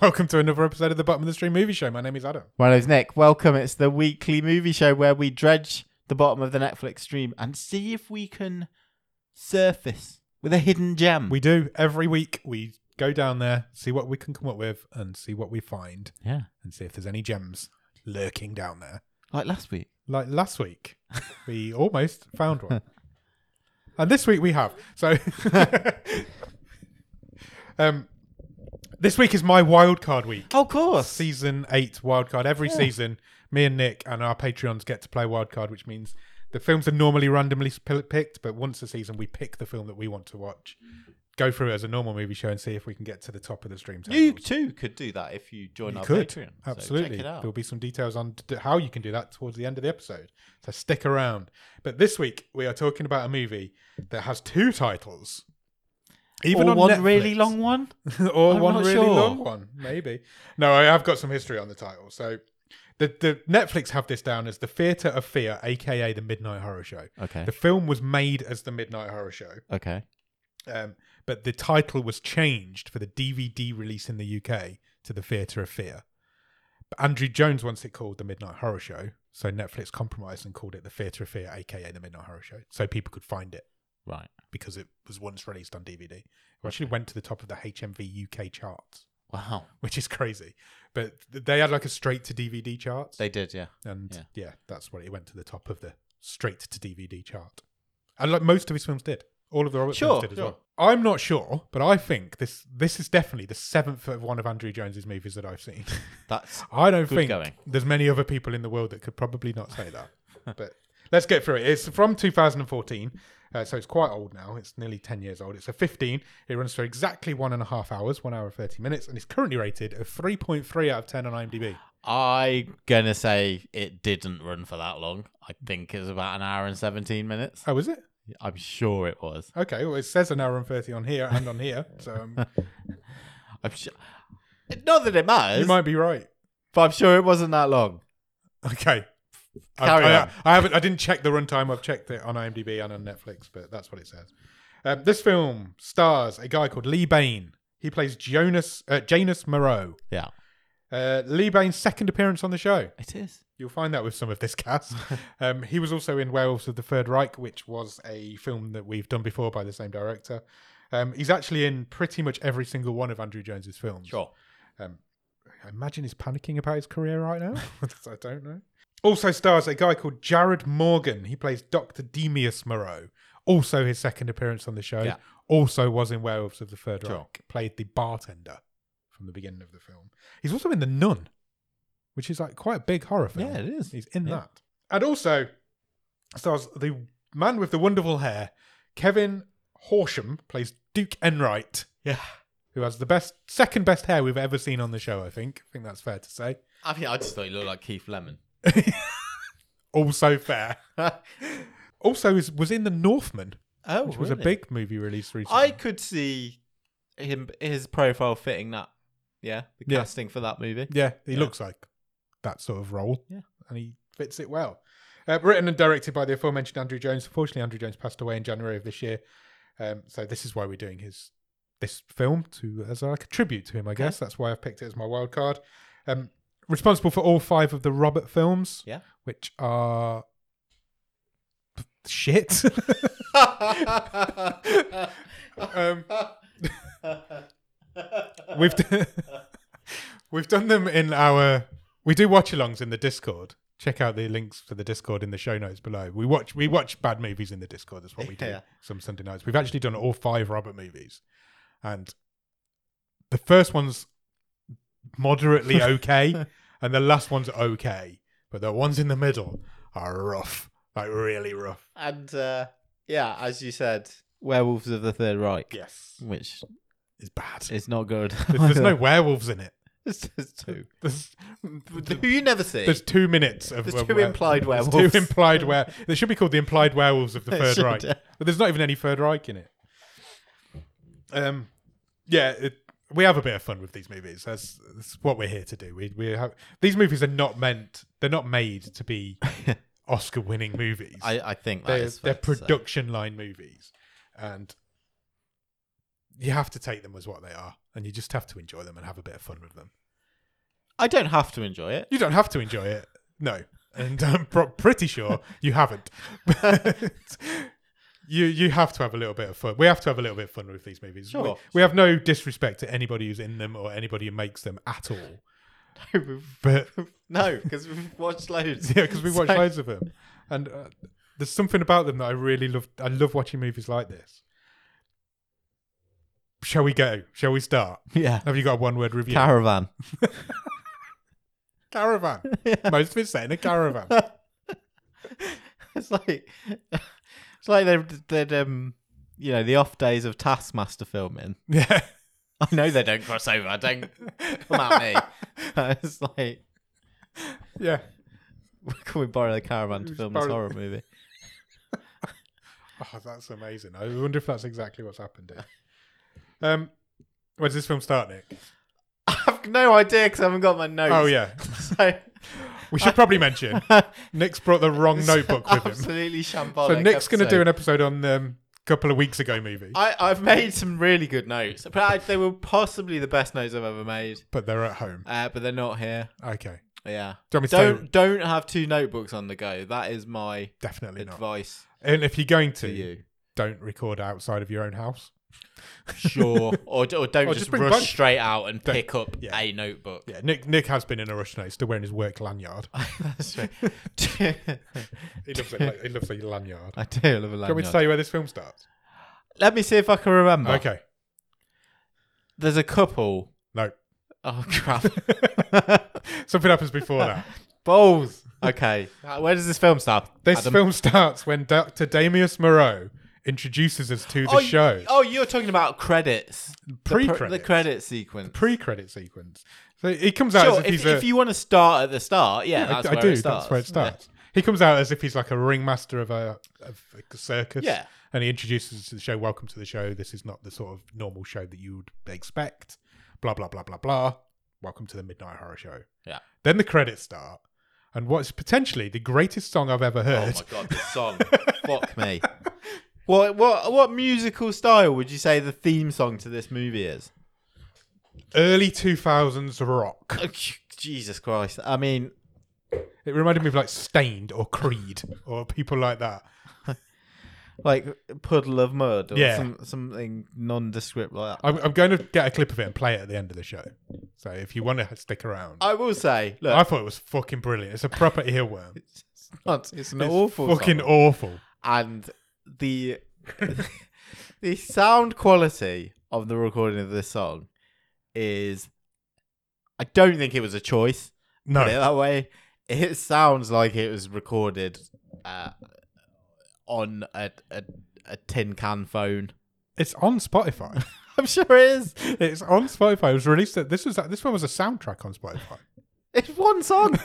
welcome to another episode of the Bottom of the Stream Movie Show. My name is Adam. My name's Nick. Welcome. It's the weekly movie show where we dredge the bottom of the Netflix stream and see if we can surface with a hidden gem. We do every week. We go down there, see what we can come up with, and see what we find, yeah, and see if there's any gems lurking down there. like last week. Like last week, we almost found one, and this week we have. So, um, this week is my wild card week. Oh, of course. season eight wildcard. Every season, me and Nick and our Patreons get to play wildcard, which means the films are normally randomly sp- picked, but once a season, we pick the film that we want to watch, go through it as a normal movie show, and see if we can get to the top of the stream. Table. you too could do that if you join our could Patreon. So absolutely. check it out. There'll be some details on t- how you can do that towards the end of the episode. So stick around. But this week, we are talking about a movie that has two titles. Even or on one Netflix. really long one. or I'm one not really sure. long one, maybe. No, I have got some history on the title. So the, the Netflix have this down as the Theatre of Fear, aka the Midnight Horror Show. Okay. The film was made as the Midnight Horror Show, Okay. um, but the title was changed for the DVD release in the UK to the Theatre of Fear. But Andrew Jones wants it called the Midnight Horror Show, so Netflix compromised and called it the Theatre of Fear, aka the Midnight Horror Show, so people could find it Right. because it was once released on DVD. It actually went to the top of the HMV UK charts Wow. which is crazy. But th- they had like a straight to DVD chart, They did, yeah. and yeah. yeah. that's what it went to the top of the straight to DVD chart. And like most of his films did, all of the Robert Sure, films did as sure. well. I'm not sure, but I think this this is definitely the seventh of one of Andrew Jones's movies that I've seen. That's I don't Good think going. there's many other people in the world that could probably not say that. but let's get through it. It's from 2014, uh, so it's quite old now. It's nearly 10 years old. It's a 15. It runs for exactly one and a half hours, one hour and 30 minutes, and it's currently rated a 3.3 out of 10 on IMDb. I gonna say it didn't run for that long. I think it was about an hour and seventeen minutes. Oh, is it? I'm sure it was. Okay, well, it says an hour and 30 on here and on here, so um, I'm sure. Not that it you matters, might be right. but I'm sure it wasn't that long. Okay. I, Carry I, on. I haven't. I didn't check the runtime. I've checked it on IMDb and on Netflix, but that's what it says. Um, this film stars a guy called Lee Bain. He plays Jonas uh, Janus Moreau. Yeah, Uh, Lee Bain's second appearance on the show. it is. You'll find that with some of this cast. um, he was also in Werewolves of the Third Reich, which was a film that we've done before by the same director. Um, he's actually in pretty much every single one of Andrew Jones's films. Sure. I imagine he's panicking about his career right now. I don't know. Also stars a guy called Jared Morgan. He plays Dr. Demius Moreau. Also his second appearance on the show. Yeah. Also was in Werewolves of the Third Sure. Reich. Played the bartender from the beginning of the film. He's also in The Nun, which is like quite a big horror film. Yeah, it is. He's in Yeah. that. And also stars the man with the wonderful hair. Kevin Horsham plays Duke Enright Yeah. who has the best second best hair we've ever seen on the show, I think. I think that's fair to say. I mean, I just thought he looked like Keith Lemon. Also fair. oh, Also is was in The Northman, which was a really? big movie release recently. I could see him his profile fitting that. Yeah, the Yeah. casting for that movie. Yeah, he Yeah. looks like that sort of role. Yeah. And he fits it well. Uh, written and directed by the aforementioned Andrew Jones. Unfortunately, Andrew Jones passed away in January of this year. Um, so this is why we're doing his this film to as like a tribute to him, I guess. That's why I've picked it as my wild card. Um, responsible for all five of the Robert films. Yeah. Which are shit. um, we've d- we've done them in our we do watch alongs in the discord check out the links for the discord in the show notes below we watch we watch bad movies in the discord that's what we do Yeah. some sunday nights we've actually done all five robert movies and the first one's moderately okay and the last one's okay but the ones in the middle are rough like really rough and uh, yeah, as you said, Werewolves of the Third Reich, yes which it's bad is not good. there's no werewolves in it There's just two. there's, Who you never see. There's two minutes of There's of two were- implied there's werewolves. Two implied were. They should be called the implied werewolves of the They Third should, Reich. yeah. But there's not even any Third Reich in it. Um, yeah, it, we have a bit of fun with these movies. That's, that's what we're here to do. We we have these movies are not meant. They're not made to be Oscar-winning movies. I, I think that they're is fair they're to say. production line movies, and you have to take them as what they are. and you just have to enjoy them and have a bit of fun with them. I don't have to enjoy it. You don't have to enjoy it, no, and I'm pro- pretty sure you haven't. But you you have to have a little bit of fun. We have to have a little bit of fun with these movies. We, Sure. we have no disrespect to anybody who's in them or anybody who makes them at all. But no, because we've watched loads. Yeah, because we watch So- loads of them, and uh, there's something about them that I really love. I love watching movies like this. Shall we go? Shall we start? Yeah. Have you got a one-word review? Caravan. caravan. Most of it's set in a caravan. it's like it's like they're, they're um you know the off days of Taskmaster filming. yeah, I know they don't cross over. Don't come at me. it's like yeah. can we borrow the caravan to film this Borrow- horror movie? Oh, that's amazing. I wonder if that's exactly what's happened here. Um, where does this film start, Nick? I've no idea because I haven't got my notes. Oh yeah, So we should probably mention Nick's brought the wrong notebook with him. absolutely shambolic. So Nick's going to do episode. an episode on um, couple of weeks ago movie, I, I've made some really good notes, but I, they were possibly the best notes I've ever made. but they're at home. Uh, but they're not here. Okay. Yeah. Do you want me to tell you- Don't don't have two notebooks on the go. That is my Definitely not. advice And if you're going to, to you. don't record outside of your own house. Sure. or, d- or don't Or just, just bring rush both. straight out and Don't- pick up yeah. a notebook. Yeah, Nick Nick has been in a rush now. He's still wearing his work lanyard. That's right. He loves a, he loves a lanyard. Oh. I do love Do a you want me lanyard. to tell you where this film starts? Let me see if I can remember. Okay. There's a couple. No. Oh crap. Something happens before that. Balls. Okay. Uh, Where does this film start? This Adam? film starts when Dr. Damius Moreau introduces us to the oh, show. you- Oh, you're talking about credits. The pr- Pre-credits. The credit sequence. Pre-credit sequence. So he comes out sure, as if, if, he's if a... you want to start at the start, yeah, I, that's I where do. it starts. That's where it starts. He comes out as if he's like a ringmaster of a, of a circus. Yeah. And he introduces us to the show. Welcome to the show. This is not the sort of normal show that you would expect. Blah, blah, blah, blah, blah. Welcome to the Midnight Horror Show. Yeah. Then the credits start. And what's potentially the greatest song I've ever Oh heard. my god, this song. Fuck me. What what what musical style would you say the theme song to this movie is? Early 2000s rock. Oh, Jesus Christ. I mean, It reminded me of like Stained or Creed or people like that. like Puddle of Mud or Yeah. some, something nondescript like that. I'm, I'm going to get a clip of it and play it at the end of the show. So if you want to stick around. I will say, look, I thought it was fucking brilliant. It's a proper earworm. Uh, it's not it's an It's awful fucking song. awful. and the the sound quality of the recording of this song is I don't think it was a choice. No, Put it that way. It sounds like it was recorded uh, on a, a a tin can phone. it's on Spotify. I'm sure it is. it's on Spotify. It was released. At, this was this one was a soundtrack on Spotify. It's one song.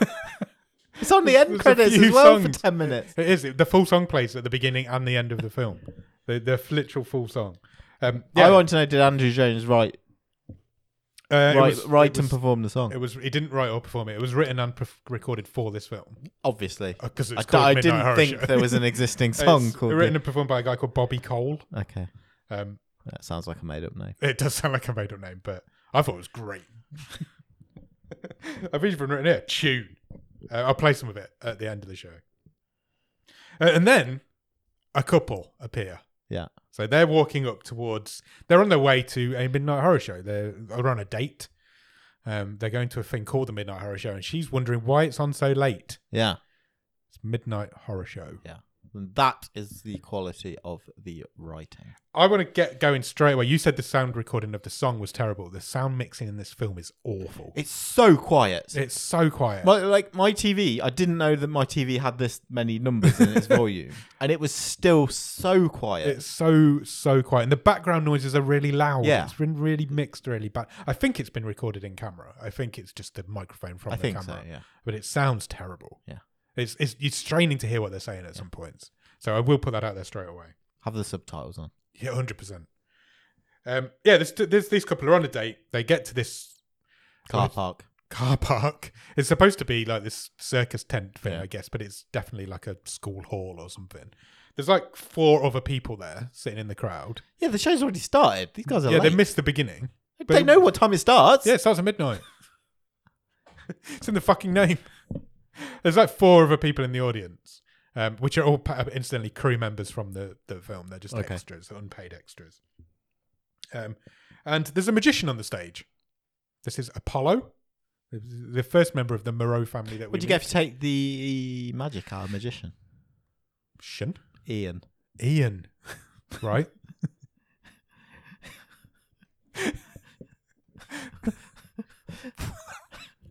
it's on the end There's a credits as few well songs. for ten minutes. It is the full song plays at the beginning and the end of the film. The the literal full song. Um, yeah, I want to know: Did Andrew Jones write uh, it write, was- write it and was, perform the song? It was. He didn't write or perform it. It was written and perf- recorded for this film Obviously, because I, it's d- called I Midnight didn't Horror think Show. there was an existing It's song called. written the- and performed by a guy called Bobby Cole. Okay, Um, that sounds like a made-up name. It does sound like a made up name, but I thought it was great. I've even written it tune. Uh, I'll play some of it at the end of the show. Uh, and then a couple appear. Yeah. So they're walking up towards. They're on their way to a midnight horror show. They're, they're on a date. Um, they're going to a thing called the Midnight Horror Show, and she's wondering why it's on so late. Yeah, It's Midnight Horror Show. and that is the quality of the writing. I want to get going straight away. You said the sound recording of the song was terrible. The sound mixing in this film is awful. It's so quiet. It's so quiet. My, like my TV, I didn't know that my TV had this many numbers in its volume, and it was still so quiet. It's so so quiet, and the background noises are really loud. Yeah. it's been really mixed, really bad. I think it's been recorded in camera. I think it's just the microphone from I the think camera, so. Yeah. but it sounds terrible. Yeah. it's it's it's straining to hear what they're saying at some points. So I will put that out there straight away. Have the subtitles on. Yeah, hundred percent. Um, yeah, this, this these couple are on a date. They get to this Car it's- park. car park. It's supposed to be like this circus tent thing, Yeah. I guess, but it's definitely like a school hall or something. There's like four other people there sitting in the crowd. Yeah, the show's already started. These guys are yeah, late. they missed the beginning. they know what time it starts. Yeah, it starts at midnight. it's in the fucking name. There's like four other people in the audience, um, which are all pa- incidentally crew members from the, the film. They're just Okay. extras, unpaid extras. Um, and there's a magician on the stage. This is Apollo, the- the first member of the Moreau family that we What do you meet. get if you take the magic hour magician? Shin? Ian. Ian, right?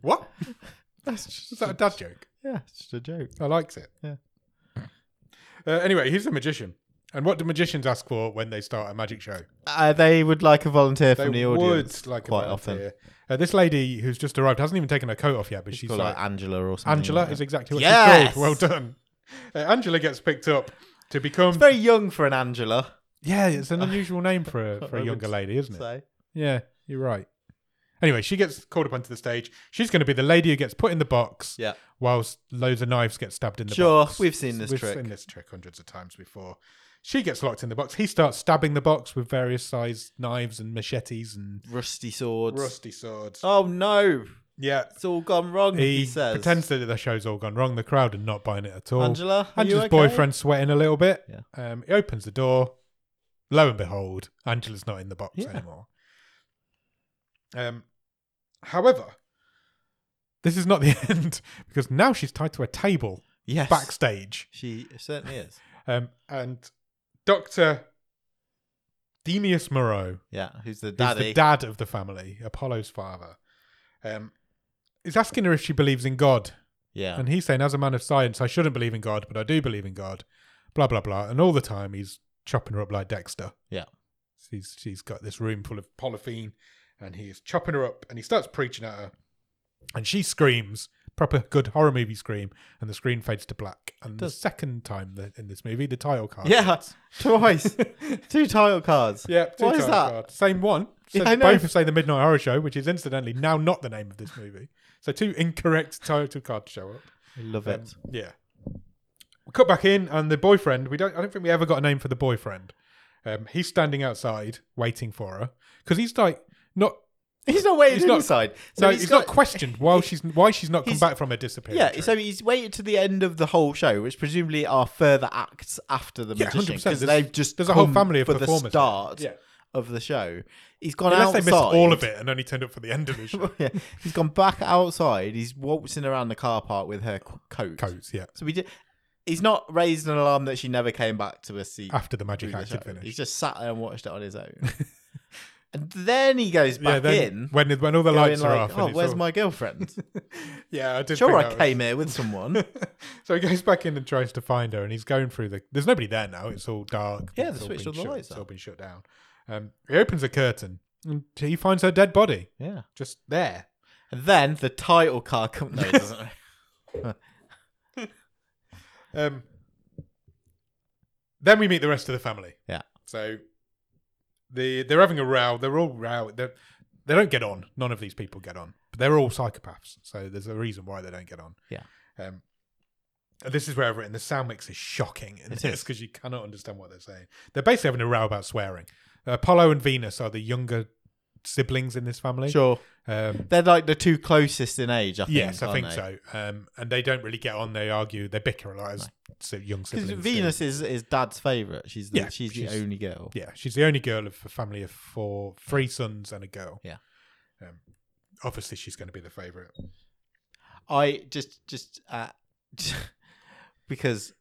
what? That's Is just that a dad joke? yeah, it's just a joke. I likes it. Yeah. Uh, anyway, he's a magician. And what do magicians ask for when they start a magic show? Uh, they would like a volunteer They from the audience would like a quite often. volunteer. Uh, this lady who's just arrived hasn't even taken her coat off yet, but she's Call like, like Angela or something. Angela like is that. exactly what she's Yes! called. Well done. Uh, Angela gets picked up to become. very young for an Angela. yeah, it's an unusual name for a, for I a would younger lady, isn't it? So Yeah, you're right. Anyway, she gets called up onto the stage. She's going to be the lady who gets put in the box yeah, whilst loads of knives get stabbed in the Sure, box. we've seen this we've trick. seen this trick hundreds of times before. She gets locked in the box. He starts stabbing the box with various sized knives and machetes and rusty swords. rusty swords. Oh no, Yeah. it's all gone wrong. He, He, says. pretends that the show's all gone wrong. The crowd are not buying it at all. Angela, are you Angela's okay? boyfriend's sweating a little bit. Yeah. Um, he opens the door. Lo and behold, Angela's not in the box Yeah. anymore. Um, however, this is not the end because now she's tied to a table Yes, backstage. she certainly is. Um, and Dr. Demius Moreau, Yeah, who's the who's daddy? the dad of the family, Apollo's father, um, is asking her if she believes in God. yeah, And he's saying, as a man of science, I shouldn't believe in God, but I do believe in God. Blah blah blah. And all the time he's chopping her up like Dexter. Yeah. She's she's got this room full of polyphene, and he's chopping her up, and he starts preaching at her, and she screams, proper good horror movie scream, and the screen fades to black. And the Does- second time that in this movie, the title card. yeah, twice, two title cards. Yeah, two Why is title that? cards. Same one. Yeah, Says I know. Both say the Midnight Horror Show, which is incidentally now not the name of this movie. So two incorrect title cards show up. I love Um, it. yeah. We cut back in, and the boyfriend. We don't. I don't think we ever got a name for the boyfriend. Um, he's standing outside waiting for her because he's like not. He's not waiting he's not- inside. no, he's he's, got- not questioned while she's why she's not come he's- back from her disappearance. Yeah, trip. so he's waited to the end of the whole show, which presumably are further acts after the Yeah, magician 100%. because There's- they've just there's a whole come family of for the performers. start Yeah. of the show. He's gone unless outside. they missed all of it and only turned up for the end of the show. yeah, he's gone back outside. He's waltzing around the car park with her c- coat. Coats, yeah. So we did. He's not raised an alarm that she never came back to a seat. After the magic through the act had show. finished. He's just sat there and watched it on his own. and then he goes yeah, back then in. when when all the going lights are like, off. and oh, it's where's all- my girlfriend? Yeah, I did. sure, think I that was- came here with someone. so he goes back in and tries to find her, and he's going through the. There's nobody there now. It's all dark. Yeah, it's they all switched been all the shut- lights It's out. all been shut down. Um, he opens a curtain, and he finds her dead body yeah. just there. And then the title card comes. No, it doesn't. Um, then we meet the rest of the family. Yeah. So the they're having a row. They're all row. They're, they don't get on. None of these people get on. But they're all psychopaths. So there's a reason why they don't get on. Yeah. Um, and this is where I've written the sound mix is shocking in It this is. because you cannot understand what they're saying. They're basically having a row about swearing. Uh, Apollo and Venus are the younger siblings in this family. sure. Um, They're like the two closest in age, I think. yes, I aren't think they? so. Um, and they don't really get on. They argue. They bicker a lot as si- young 'Cause siblings. do. Venus is, is dad's favourite. She's the, Yeah, she's, she's- the only girl. Yeah, she's the only girl of a family of four, three sons and a girl. Yeah. Um, obviously, she's going to be the favorite. I just just uh, because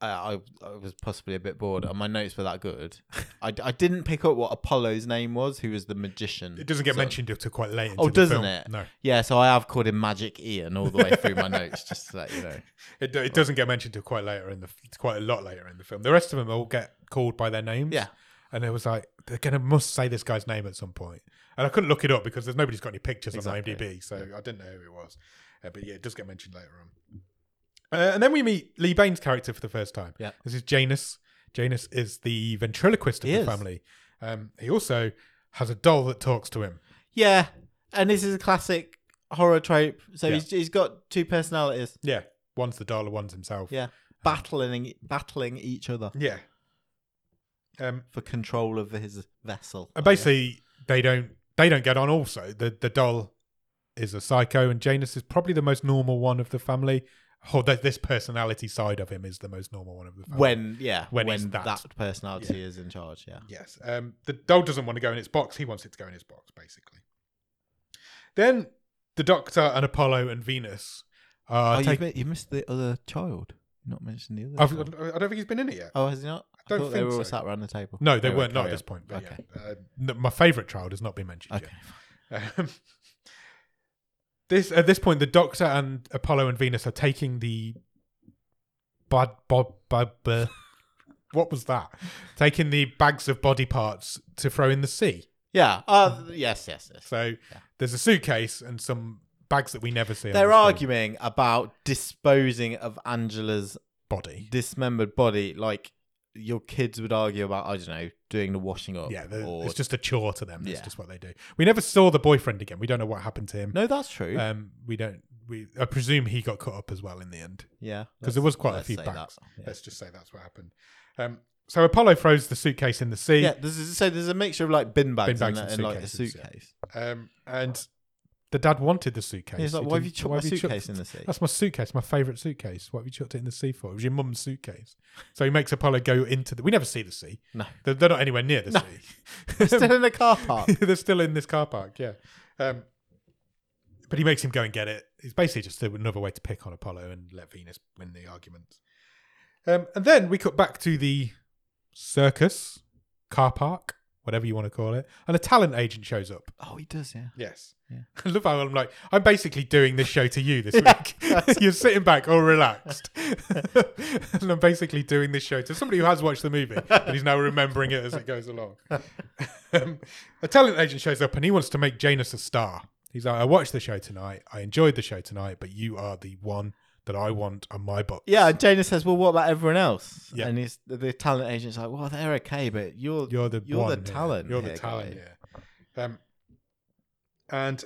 uh, I I was possibly a bit bored and my notes were that good. I, I didn't pick up what Apollo's name was, who was the magician. It doesn't get So- mentioned until quite late. Into Oh, the doesn't film. it? No, Yeah, so I have called him Magic Ian all the way through my notes, just to let you know. it, do- it doesn't get mentioned until quite later in the f- quite a lot later in the film. The rest of them all get called by their names. Yeah. and it was like they're going to must say this guy's name at some point. And I couldn't look it up because there's nobody's got any pictures Exactly. on IMDb, so I didn't know who it was. Uh, but yeah, it does get mentioned later on. Uh, and then we meet Lee Bain's character for the first time. Yeah. This is Janus. Janus is the ventriloquist of He the is. family. Um, he also has a doll that talks to him. Yeah, and this is a classic horror trope. So Yeah. he's, he's got two personalities. Yeah. One's the doll and one's himself. Yeah, battling e, battling each other Yeah. Um, for control of his vessel. Uh, Oh, and basically, they don't they don't get on. Also, the the doll is a psycho, and Janus is probably the most normal one of the family. Or th- this personality side of him is the most normal one of the family. when yeah When when, it's that. that. personality is in charge yeah Yes. Um, the doll doesn't want to go in its box. He wants it to go in his box, basically. Then the Doctor and Apollo and Venus oh, are. you, taking mi- you missed the other child not mentioned the other I've, I child. don't think he's been in it yet. oh has he not I don't thought they think were all so. sat around the table No, they Anyway, weren't. Not at carry this point. But Okay. yeah. Uh, n- my favourite child has not been mentioned on. yet. okay Um, this at this point, the Doctor and Apollo and Venus are taking the bod, bod, bod, bod- what was that? Taking the bags of body parts to throw in the sea. yeah uh, yes yes yes So there's a suitcase and some bags that we never see. on they're the screen. arguing about disposing of Angela's body. dismembered body like your kids would argue about I don't know doing the washing up Yeah, the- or it's just a chore to them. That's Yeah. just what they do. We never saw the boyfriend again. We don't know what happened to him. no that's true Um, we don't. We I presume he got cut up as well in the end. yeah 'Cause let's- there was quite a let's few say that. banks. yeah. Let's just say that's what happened. Um, so Apollo throws the suitcase in the sea, Yeah, this is, so there's a mixture of like bin bags, Bin bags and, and and, like a suitcases, yeah. suitcase. um, and the dad wanted the suitcase. He's like, He why have you didn't- chucked why my have you chucked- suitcase in the sea? That's my suitcase, my favourite suitcase. What have you chucked it in the sea for? It was your mum's suitcase. So he makes Apollo go into the. We never see the sea. No. They're, they're not anywhere near the sea. Still in a car park. They're still in this car park, yeah. Um, but he makes him go and get it. It's basically just another way to pick on Apollo and let Venus win the argument. Um, and then we cut back to the circus, car park, whatever you want to call it, and a talent agent shows up. oh, he does, yeah. Yes. Yeah. I love how I'm like, I'm basically doing this show to you this Yeah, week. You're sitting back all relaxed. and I'm basically doing this show to somebody who has watched the movie, but he's now remembering it as it goes along. um, a talent agent shows up and he wants to make Janus a star. He's like, I watched the show tonight. I enjoyed the show tonight, but you are the one that I want on my box. Yeah, and Jana says, well, what about everyone else? Yeah. And he's, the talent agent's like, well, they're okay, but you're, You're the You're the one, yeah. talent You're the here, talent. guy. Yeah. Um, and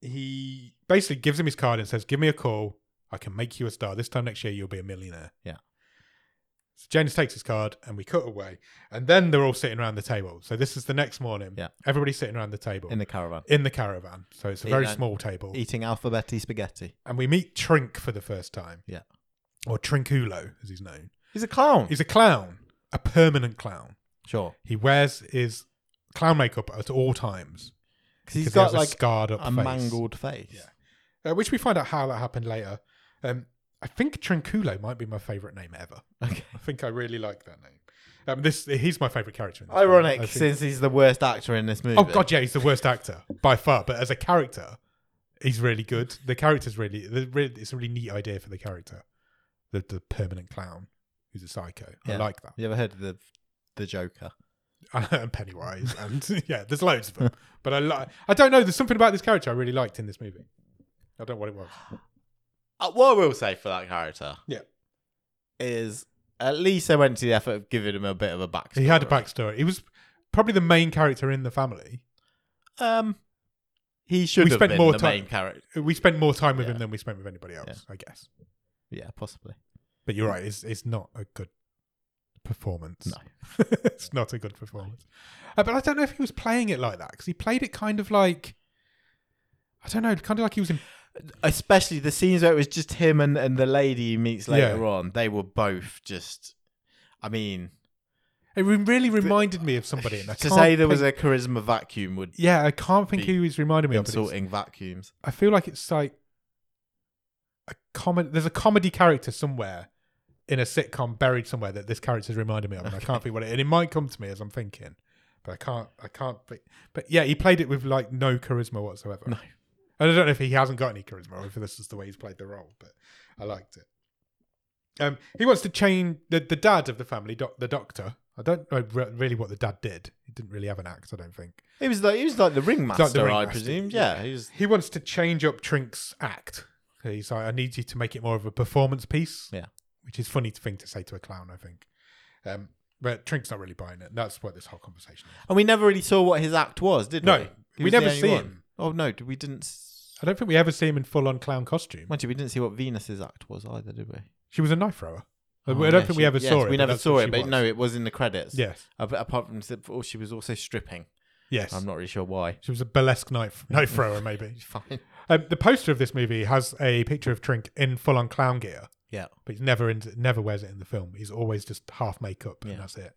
he basically gives him his card and says, "Give me a call. I can make you a star. This time next year, you'll be a millionaire." Yeah. So James takes his card and we cut away, and then they're all sitting around the table. So this is the next morning. Yeah. Everybody's sitting around the table in the caravan in the caravan. So it's a In very that- small table, eating alphabetti spaghetti. and we meet Trink for the first time. Yeah. Or Trinculo, as he's known. He's a clown. He's a clown, a permanent clown. sure. He wears his clown makeup at all times Because he's because got he has a like scarred up a, face, mangled face. Yeah. Uh, which we find out how that happened later. Um, I think Trinculo might be my favorite name ever. Okay. I think I really like that name. Um, this he's my favorite character. In this film. Ironic, I think- since he's the worst actor in this movie. oh god, yeah, he's the worst actor by far, but as a character, he's really good. The character's really, the re- it's a really neat idea for the character, the the permanent clown who's a psycho. I Yeah. like that. You ever heard of the, the Joker? and Pennywise, and yeah, there's loads of them. But I, li- I don't know. There's something about this character I really liked in this movie. I don't know what it was. Uh, what I will say for that character, Yeah. is at least they went to the effort of giving him a bit of a backstory. He had a backstory. He was probably the main character in the family. Um, he should have spent been more the time- main character. We spent more time with him Yeah. than we spent with anybody else, I guess. Yeah, possibly. But you're right. It's it's not a good performance. No. it's not a good performance. Uh, but I don't know if he was playing it like that because he played it kind of like. I don't know, kind of like he was in. Especially the scenes where it was just him and, and the lady he meets later Yeah. on. They were both just. I mean, It re- really reminded me of somebody. And I to can't say there was think- a charisma vacuum would Yeah, I can't think be who he's reminded me of. but it's- insulting vacuums. I feel like it's like a comedy. There's a comedy character somewhere in a sitcom buried somewhere that this character's reminded me of, and I can't think what it. And it might come to me as I'm thinking, but I can't. I can't. Think. But yeah, he played it with like no charisma whatsoever. No. And I don't know if he hasn't got any charisma or if this is the way he's played the role, but I liked it. Um, he wants to change the, the dad of the family, doc, the doctor. I don't know re- really what the dad did. He didn't really have an act, I don't think. He was like he was like the ringmaster, I ringmaster, presumed. yeah. Yeah, he was. He wants to change up Trink's act. He's like, I need you to make it more of a performance piece. Yeah. Which is a funny thing to say to a clown, I think. Um, but Trink's not really buying it. That's what this whole conversation is. And we never really saw what his act was, did No, we? we He was the never only see one. him. Oh no, we didn't. s- I don't think we ever see him in full on clown costume. Mind you, we didn't see what Venus's act was either, did we? She was a knife thrower. I Oh, don't yeah, think she- Uh, we ever yes, saw it. We but never that's saw what it, she but was. no, it was in the credits. Yes. Ap- Apart from, oh, she was also stripping. Yes. I'm not really sure why. she was a burlesque knife, knife thrower, maybe. Fine. Um, the poster of this movie has a picture of Trink in full on clown gear, Yeah. but he's never in, never wears it in the film. He's always just half makeup, Yeah. and that's it.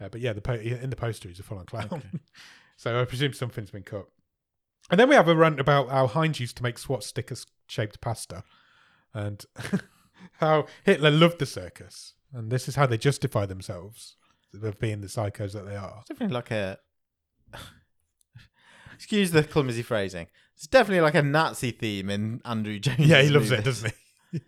Uh, but yeah, the po- in the poster he's a full on clown, so I presume something's been cut. And then we have a rant about how Heinz used to make SWAT sticker shaped pasta, and how Hitler loved the circus, and this is how they justify themselves of being the psychos that they are. It's definitely like a. Excuse the clumsy phrasing. It's definitely like a Nazi theme in Andrew James. Yeah, he loves it, doesn't he?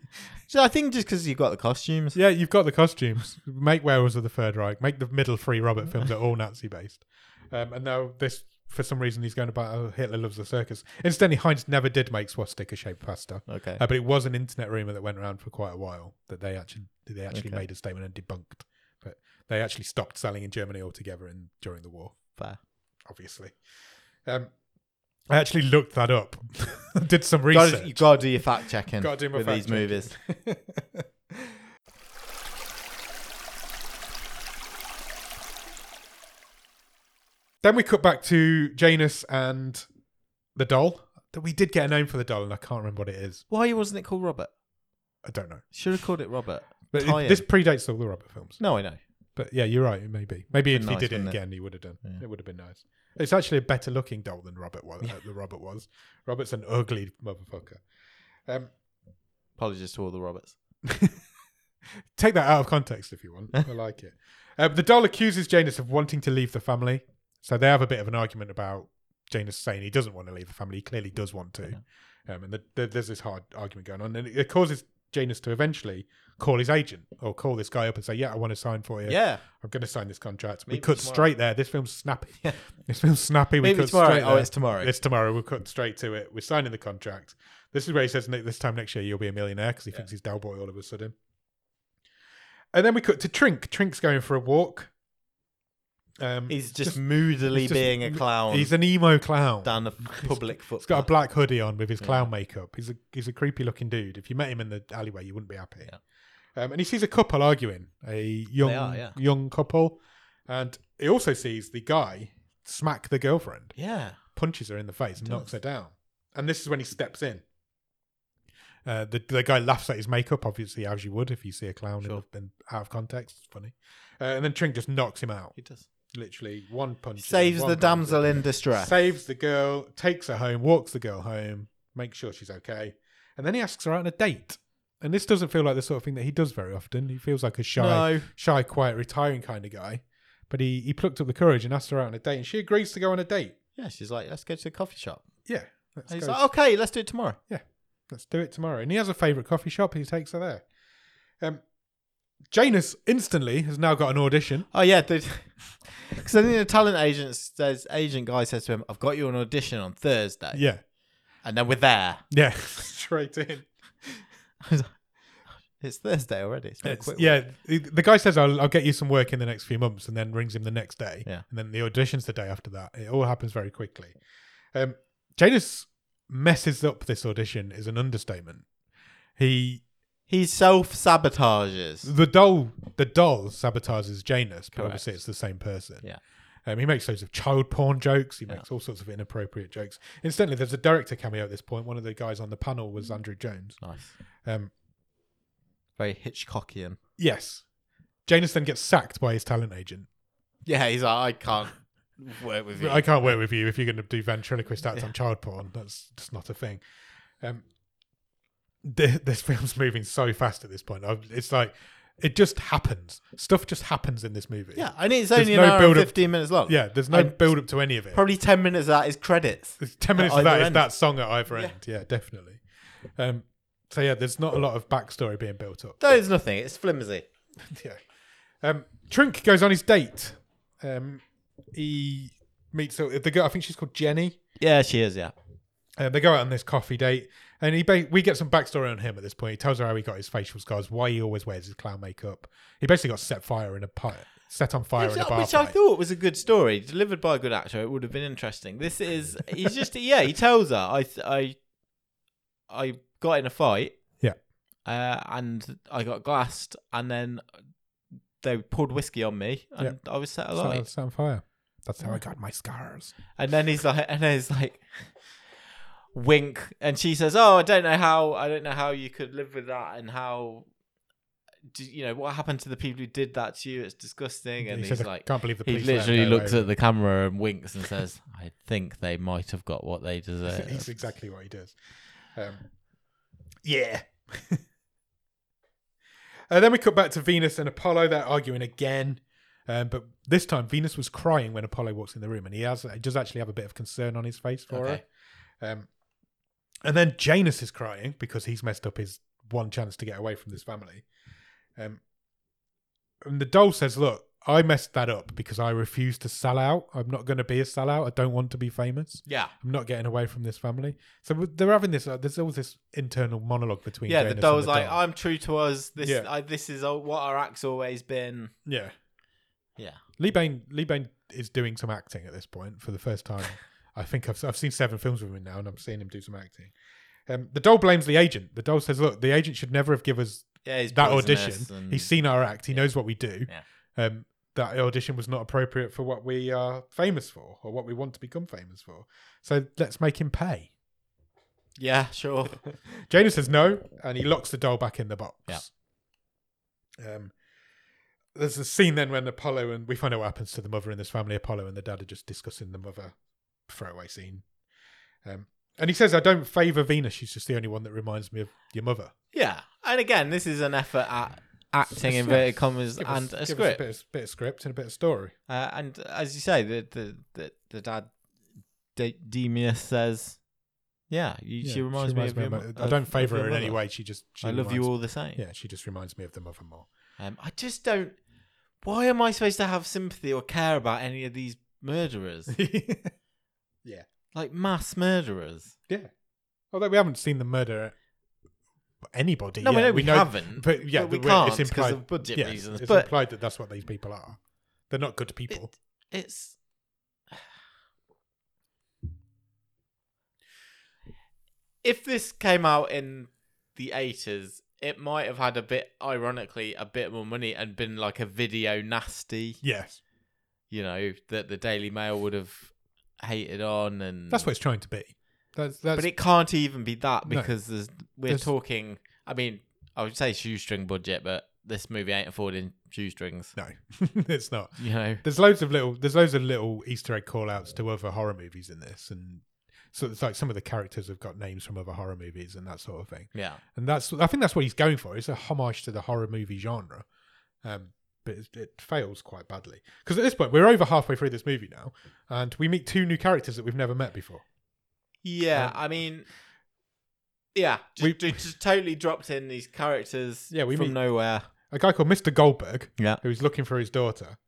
So I think just because you got the costumes. Yeah, you've got the costumes. Make werewolves of the Third Reich. Make the middle three Robert films that are all Nazi based. Um, and now this, for some reason, he's going about oh, Hitler loves the circus. Incidentally, Heinz never did make swastika shaped pasta, Okay. uh, but it was an internet rumor that went around for quite a while that they actually that they actually Okay. made a statement and debunked. But they actually stopped selling in Germany altogether in during the war, Fair. obviously. Um, I actually looked that up. did some research. Gotta, you gotta do your fact checking Gotta do my with fact these checking. movies. Then we cut back to Janus and the doll. That We did get a name for the doll, and I can't remember what it is. Why wasn't it called Robert? I don't know. Should have called it Robert. But it- Tie in. this predates all the Robert films. No, I know. But yeah, you're right. Maybe, maybe if Been he nice, did it wouldn't it? again, he would have done. Yeah. It would have been nice. It's actually a better looking doll than Robert was. uh, the Robert was. Robert's an ugly motherfucker. Um, Apologies to all the Roberts. Take that out of context if you want. I like it. Uh, the doll accuses Janus of wanting to leave the family. So they have a bit of an argument about Janus saying he doesn't want to leave the family. He clearly does want to. Um, and the, the, there's this hard argument going on. And it, it causes Janus to eventually call his agent or call this guy up and say, Yeah, I want to sign for you. Yeah. I'm going to sign this contract. we Maybe cut tomorrow. straight there. This film's snappy. Yeah. This film's snappy. we Maybe cut tomorrow. straight Oh, there. it's tomorrow. It's tomorrow. We'll cut straight to it. We're signing the contract. This is where he says "Ne- this time next year you'll be a millionaire because he Yeah. thinks he's Dow Boy all of a sudden. And then we cut to Trink. Trink's going for a walk. Um, he's just, moodily he's just- being a clown he's an emo clown. down the public footpath. He's got a black hoodie on with his clown makeup. He's a he's a creepy looking dude. If you met him in the alleyway, you wouldn't be happy. Um, and he sees a couple arguing, a young are, yeah. young couple, and he also sees the guy smack the girlfriend yeah. punches her in the face and does. knocks her down. And this is when he steps in. Uh, the the guy laughs at his makeup, obviously, as you would if you see a clown in Sure. the- in- out of context. It's funny. Uh, and then Trink just knocks him out. He does. Literally, one punch. Saves one the punch damsel in, in distress. Saves the girl, takes her home, walks the girl home, makes sure she's okay. And then he asks her out on a date. And this doesn't feel like the sort of thing that he does very often. He feels like a shy, No. shy, quiet, retiring kind of guy. But he, he plucked up the courage and asked her out on a date. And she agrees to go on a date. Yeah, she's like, let's go to the coffee shop. Yeah. let's he's go. like, okay, let's do it tomorrow. Let's do it tomorrow. And he has a favourite coffee shop. He takes her there. Um, Janus instantly has now got an audition. Oh yeah, because I think the talent agent says agent guy says to him, "I've got you an audition on Thursday," Yeah. and then we're there. Yeah. Straight in. It's Thursday already. It's been a It's- quick one. yeah. The, the guy says, I'll, I'll get you some work in the next few months and then rings him the next day. Yeah. And then the audition's the day after that. It all happens very quickly. Um, Janus messes up this audition, is an understatement. He he self sabotages. the doll the doll sabotages Janus, but Correct. obviously it's the same person. Yeah. Um, he makes loads of child porn jokes. He Yeah. makes all sorts of inappropriate jokes. Incidentally, there's a director cameo at this point. One of the guys on the panel Mm. was Andrew Jones. Nice, Um, very Hitchcockian. yes. Janus then gets sacked by his talent agent. Yeah, he's like, I can't work with you. I can't work with you if you're going to do ventriloquist acts on child porn. That's just not a thing. Um, th- this film's moving so fast at this point. I, it's like it just happens. Stuff just happens in this movie. yeah, and it's There's only no an hour and build-up. fifteen minutes long. Yeah, there's no I- build up to any of it. probably ten minutes of that is credits. There's Ten minutes at of that either is end. that song at either Yeah. end. Yeah, definitely. Um, so yeah, there's not a lot of backstory being built up. That is nothing. It's flimsy. Yeah. Um, Trink goes on his date. Um, he meets the girl. I think she's called Jenny. Yeah, she is. Yeah, Um, they go out on this coffee date, and he ba- we get some backstory on him at this point. He tells her how he got his facial scars, why he always wears his clown makeup. He basically got set fire in a pi- set on fire which, in a bar which I fight. thought was a good story delivered by a good actor. It would have been interesting. This is he's just yeah. He tells her I I I got in a fight. Yeah. uh, and I got glassed, and then they poured whiskey on me, and I was set Set on- alight. set on fire. That's how I got my scars. And then he's like, and then he's like, wink. And she says, "Oh, I don't know how. I don't know how you could live with that, and how, do, you know, what happened to the people who did that to you? It's disgusting." And he he's says, I like, can't believe the he police. literally looks at the camera and winks and says, "I think they might have got what they deserve." He's exactly what he does. Um, yeah. and Uh, then we cut back to Venus and Apollo. They're arguing again, um, but this time Venus was crying when Apollo walks in the room, and he has he does actually have a bit of concern on his face for Okay. her. Um, and then Janus is crying because he's messed up his one chance to get away from this family. Um, and the doll says, "Look, I messed that up because I refuse to sell out. I'm not going to be a sellout. I don't want to be famous." Yeah, I'm not getting away from this family. So w- they're having this. Uh, there's always this internal monologue between. yeah. Janus the and doll's like, doll. "I'm true to us. This, Yeah. I, this is all, what our act's always been." yeah. Yeah. Lee Bain, Lee Bain is doing some acting at this point for the first time. I think I've I've seen seven films with him now, and I'm seeing him do some acting. Um, the doll blames the agent. The doll says, "Look, the agent should never have given us Yeah, he's that poisonous audition. and- He's seen our act. He knows what we do. Yeah. Um, that audition was not appropriate for what we are famous for, or what we want to become famous for. So let's make him pay." yeah, sure. Janus says no, and he locks the doll back in the box. Um, there's a scene then when Apollo and we find out what happens to the mother in this family. Apollo and the dad are just discussing the mother throwaway scene. Um, and he says, I don't favour Venus. She's just the only one that reminds me of your mother. yeah, and again, this is an effort at acting inverted commas Give us, and a give script. Us a bit, of, bit of script and a bit of story. Uh, and as you say, the the the, the dad De- Demius says, "Yeah, you, she Yeah, reminds, me of, my your, mo- mo- I of- don't of favour your her in any mother. way. She just. She I love you reminds- all the same." Yeah, she just reminds me of the mother more. Um, I just don't. Why am I supposed to have sympathy or care about any of these murderers, like mass murderers? yeah. Although we haven't seen the murder anybody. No, we yet. know we, know haven't. But yeah, but we the- well, can't it's because implied of budget yeah, reasons. It's But implied that that's what these people are. They're not good people. it's if this came out in the 80s it might have had a bit ironically a bit more money and been like a video nasty yes, you know that the daily mail would have hated on and that's what it's trying to be. That's that's but it can't even be that No. because there's, we're There's- talking i mean i would say shoestring budget but this movie ain't affording shoestrings no, it's not. you know There's loads of little there's loads of little Easter egg call outs to other horror movies in this, and so it's like some of the characters have got names from other horror movies and that sort of thing. yeah And that's I think that's what he's going for. It's a homage to the horror movie genre, um, but it, it fails quite badly because at this point we're over halfway through this movie now, and we meet two new characters that we've never met before. Yeah, Um, I mean, yeah, just, we- ju- just totally dropped in these characters. Yeah, we from meet- nowhere. A guy called Mr. Goldberg, Yeah, who's looking for his daughter.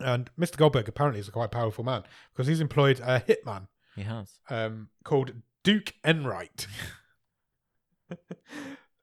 And Mr. Goldberg apparently is a quite powerful man because he's employed a hitman he has. um, called Duke Enright.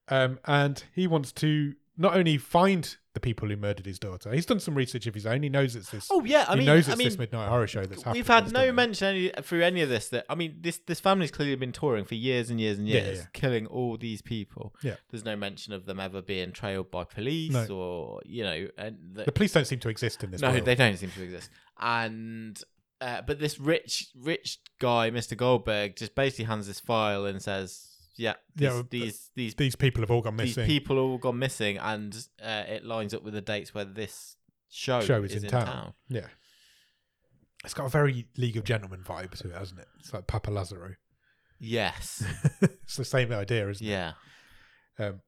um, and he wants to not only find the people who murdered his daughter, he's done some research of his own. He knows it's this. Oh yeah, I he mean, knows I it's mean, this midnight horror show that's happening. we've had no mention any, through any of this that I mean, this this family's clearly been touring for years and years and Yeah, yeah, years, yeah. killing all these people. Yeah. there's no mention of them ever being trailed by police No. or you know, and the, The police don't seem to exist in this. no, world. they don't seem to exist. And uh, but this rich rich guy, Mr. Goldberg, just basically hands this file and says, "Yeah, Yeah, this- well, these these These people have all gone missing. These people all gone missing, and uh, it lines up with the dates where this show, Show is, in, town. town. Yeah, it's got a very League of Gentlemen vibe to it, hasn't it? It's like Papa Lazaro. Yes. it's the same idea, isn't it? yeah. Um,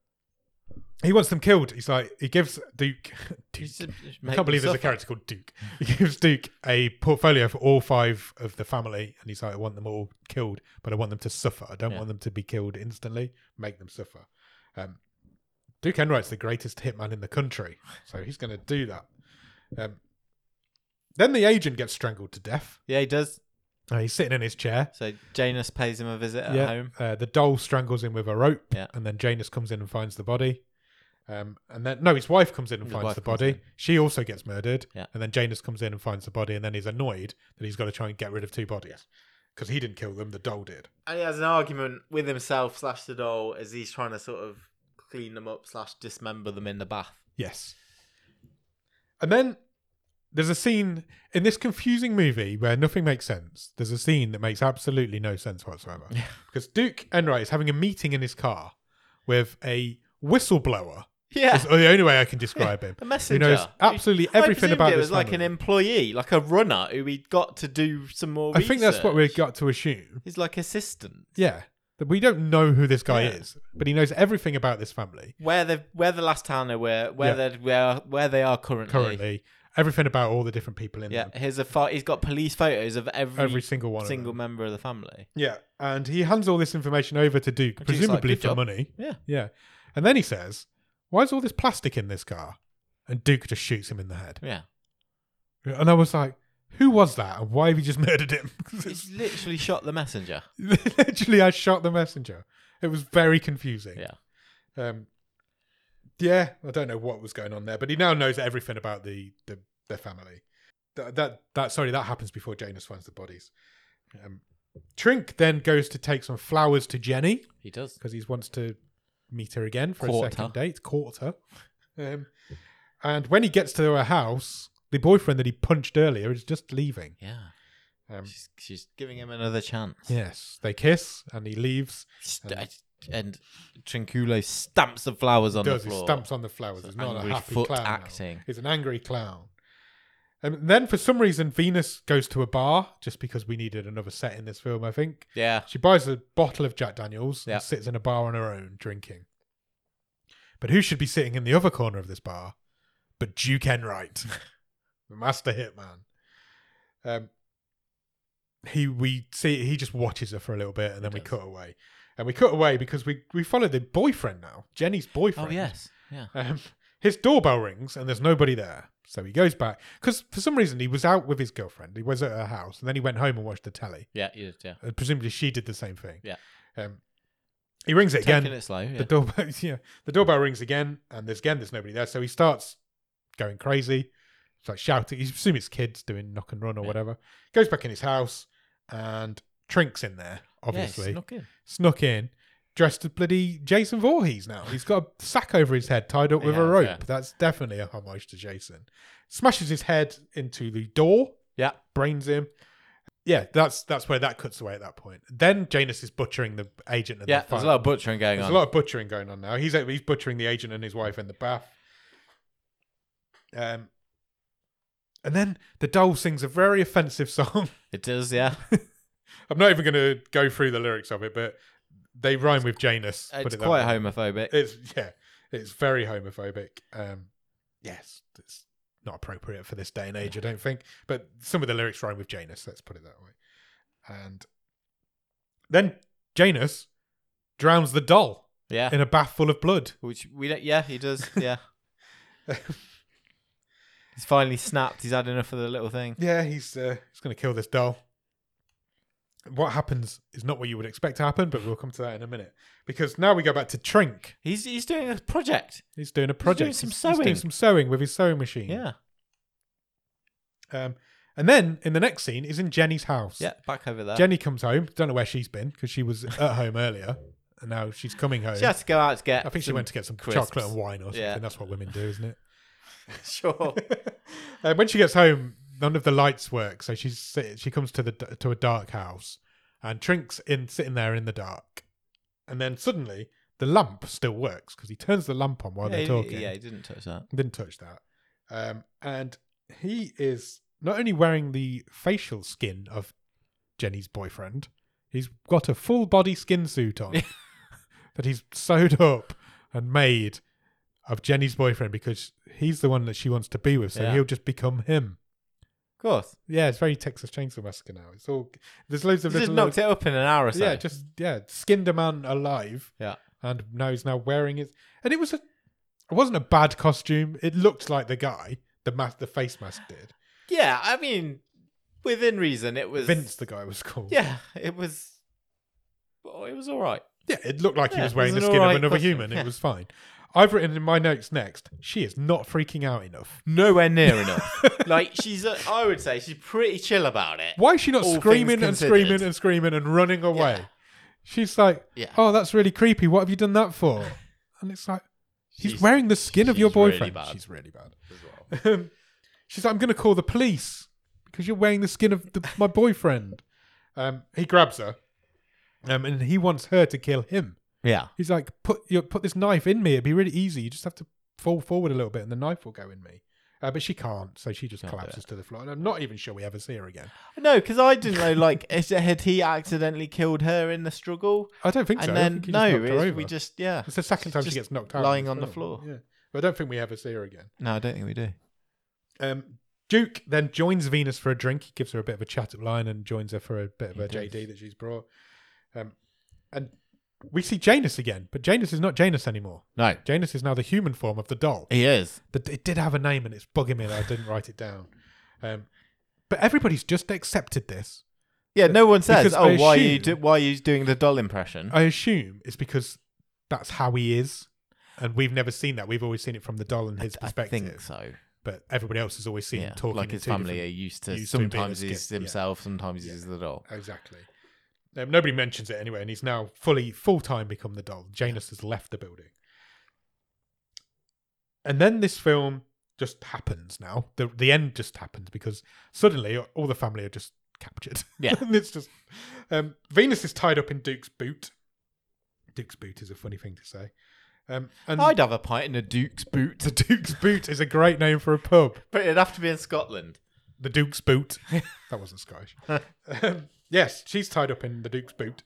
he wants them killed. He's like, he gives Duke. Duke Just, just I make can't believe them there's a suffer. character called Duke. He gives Duke a portfolio for all five of the family, and he's like, I want them all killed, but I want them to suffer. I don't Yeah. want them to be killed instantly. Make them suffer. Um, Duke Enright's the greatest hitman in the country, so he's going to do that. Um, then the agent gets strangled to death. Yeah, he does. Uh, he's sitting in his chair. So Janus pays him a visit at home. Uh, the doll strangles him with a rope, Yeah. and then Janus comes in and finds the body. Um, and then no, his wife comes in and His finds wife the comes body. in. She also gets murdered. Yeah. And then Janus comes in and finds the body, and then he's annoyed that he's got to try and get rid of two bodies because he didn't kill them; the doll did. And he has an argument with himself slash the doll as he's trying to sort of clean them up slash dismember them in the bath. Yes. And then there's a scene in this confusing movie where nothing makes sense. There's a scene that makes absolutely no sense whatsoever. Yeah. Because Duke Enright is having a meeting in his car with a whistleblower. Yeah. Is the only way I can describe him. A Who messenger. knows absolutely I everything presumed about it this was like an family. employee, like a runner who he got to do some more. I think that's what we've research. got to assume. He's like assistant. Yeah. That we don't know who this guy Yeah. is, but he knows everything about this family Where the where the last town they were, where Yeah. they where where they are currently. currently. Everything about all the different people in Yeah, them. here's a pho- he's got police photos of every, Every single one single of them. member of the family. Yeah. And he hands all this information over to Duke, Duke's like, presumably "Good for job." money. Yeah. Yeah. And then he says, Why is all this plastic in this car? And Duke just shoots him in the head. Yeah, And I was like, Who was that? And why have you just murdered him? 'Cause he's literally shot the messenger. it's- literally, I shot the messenger. It was very confusing. Yeah. Um, yeah, I don't know what was going on there, but he now knows everything about the, the their family. That, that that sorry, that happens before Janus finds the bodies. Um, Trink then goes to take some flowers to Jenny He does. because he wants to meet her again for a Court second her. date, court her. Um, and when he gets to her house, the boyfriend that he punched earlier is just leaving. Yeah, Um, she's, she's giving him another chance. yes, they kiss and he leaves. St- and Trinculo stamps the flowers on does the he floor. stamps on the flowers? He's It's an not a angry happy foot clown. now. acting. He's an angry clown. And then, for some reason, Venus goes to a bar just because we needed another set in this film. I think Yeah, she buys a bottle of Jack Daniels Yeah. and sits in a bar on her own drinking. But who should be sitting in the other corner of this bar but Duke Enright, the master hitman? Um, he we see he just watches her for a little bit and then we does. cut away, and we cut away because we we follow the boyfriend now, Jenny's boyfriend. Oh yes, yeah. Um, his doorbell rings and there's nobody there. So he goes back because for some reason he was out with his girlfriend. He was at her house and then he went home and watched the telly. Yeah, you did, yeah. Uh, presumably she did the same thing. Yeah. Um, he rings it again. Taking it slow. Yeah. The doorbell, yeah, the doorbell rings again and there's again there's nobody there. So he starts going crazy. It's like shouting. You assume it's kids doing knock and run or Yeah. whatever. Goes back in his house and Trink's in there, obviously. Yeah, it's not good. Snuck in. Dressed as bloody Jason Voorhees now. He's got a sack over his head tied up with He a has, rope. yeah. That's definitely a homage to Jason. Smashes his head into the door. Yeah. Brains him. Yeah, that's that's where that cuts away at that point. Then Janus is butchering the agent and Yeah, the there's a fire- lot of butchering going there's on. a lot of butchering going on now. He's he's butchering the agent and his wife in the bath. Um, and then the doll sings a very offensive song. It does, yeah. I'm not even going to go through the lyrics of it, but they rhyme with Janus. put It's it that quite way. homophobic. It's yeah, it's very homophobic. Um, yes, it's not appropriate for this day and age, I don't think. But some of the lyrics rhyme with Janus. Let's put it that way. And then Janus drowns the doll yeah. in a bath full of blood. Which we don't. Yeah, he does. Yeah. he's finally snapped. He's had enough of the little thing. Yeah, he's uh, he's going to kill this doll. What happens is not what you would expect to happen, but we'll come to that in a minute. Because now we go back to Trink. He's he's doing a project. He's doing a project. some He's doing sewing. some sewing with his sewing machine. Yeah. Um, and then in the next scene is in Jenny's house. Yeah. Back over there. Jenny comes home. Don't know where she's been because she was at home earlier, and now she's coming home. she has to go out to get. I think she some went to get some crisps. chocolate and wine or something. Yeah. That's what women do, isn't it? Sure. uh, when she gets home, none of the lights work, so she's sit- she comes to the to a dark house, and Trink's in sitting there in the dark, and then suddenly the lamp still works because he turns the lamp on while yeah, they're he, talking. yeah, he didn't touch that. Didn't touch that. Um, and he is not only wearing the facial skin of Jenny's boyfriend, he's got a full body skin suit on that he's sewed up and made of Jenny's boyfriend because he's the one that she wants to be with, so Yeah. he'll just become him. Of course. Yeah, it's very Texas Chainsaw Massacre now. It's all there's loads He of just little knocked it up in an hour or so. yeah, just yeah, skinned a man alive. Yeah. and now he's now wearing it, and it was a, it wasn't a bad costume. It looked like the guy, the mask, the face mask did. Yeah, I mean, within reason, it was Vince, the guy was called. Yeah, it was. Well, it was all right. yeah, it looked like he Yeah, was it wearing the was an skin of alright another costume, human. yeah. It was fine. I've written in my notes next. She is not freaking out enough. Nowhere near enough. like she's, uh, I would say she's pretty chill about it. Why is she not All things screaming and considered. screaming and screaming and running away? Yeah. She's like, Yeah. "Oh, that's really creepy. What have you done that for?" And it's like, "He's wearing the skin of your she's really boyfriend." bad. she's really bad. as well. Um, She's like, I'm going to call the police because you're wearing the skin of the, my boyfriend. Um, he grabs her, um, and he wants her to kill him. Yeah. He's like, put you put this knife in me. It'd be really easy. You just have to fall forward a little bit, and the knife will go in me. Uh, but she can't, so she just Can't do collapses to the floor. And I'm not even sure we ever see her again. No, because I didn't know. Like, is- had he accidentally killed her in the struggle? I don't think And so. I then think he just no, knocked her it's- over. we just yeah. It's the second she's time she just gets knocked out, lying this on the film. floor. Yeah, but I don't think we ever see her again. No, I don't think we do. Um, Duke then joins Venus for a drink. He gives her a bit of a chat up line and joins her for a bit of He a does. JD that she's brought. Um, and we see Janus again, but Janus is not Janus anymore. No, Janus is now the human form of the doll. he is. The, it did have a name and it's bugging me that I didn't write it down. Um, but everybody's just accepted this. Yeah, no one says. Because Oh, I why are you do- assume- why are you doing the doll impression? I assume it's because that's how he is. And we've never seen that. We've always seen it from the doll and his I perspective. think so. But everybody else has always seen Yeah, him talking like in his two family different- are used to. used to being a sometimes skip, he's yeah. himself. Sometimes Yeah. he's the doll. Exactly. Um, nobody mentions it anyway, and he's now fully full time become the doll. Janus has left the building, and then this film just happens. Now the the end just happens because suddenly all the family are just captured. Yeah. and it's just um, Venus is tied up in Duke's boot. Duke's boot is a funny thing to say. Um, and I'd have a pint in a Duke's boot, the Duke's boot is a great name for a pub. but it'd have to be in Scotland. The Duke's boot. that wasn't Scottish. um, yes, she's tied up in the Duke's boot,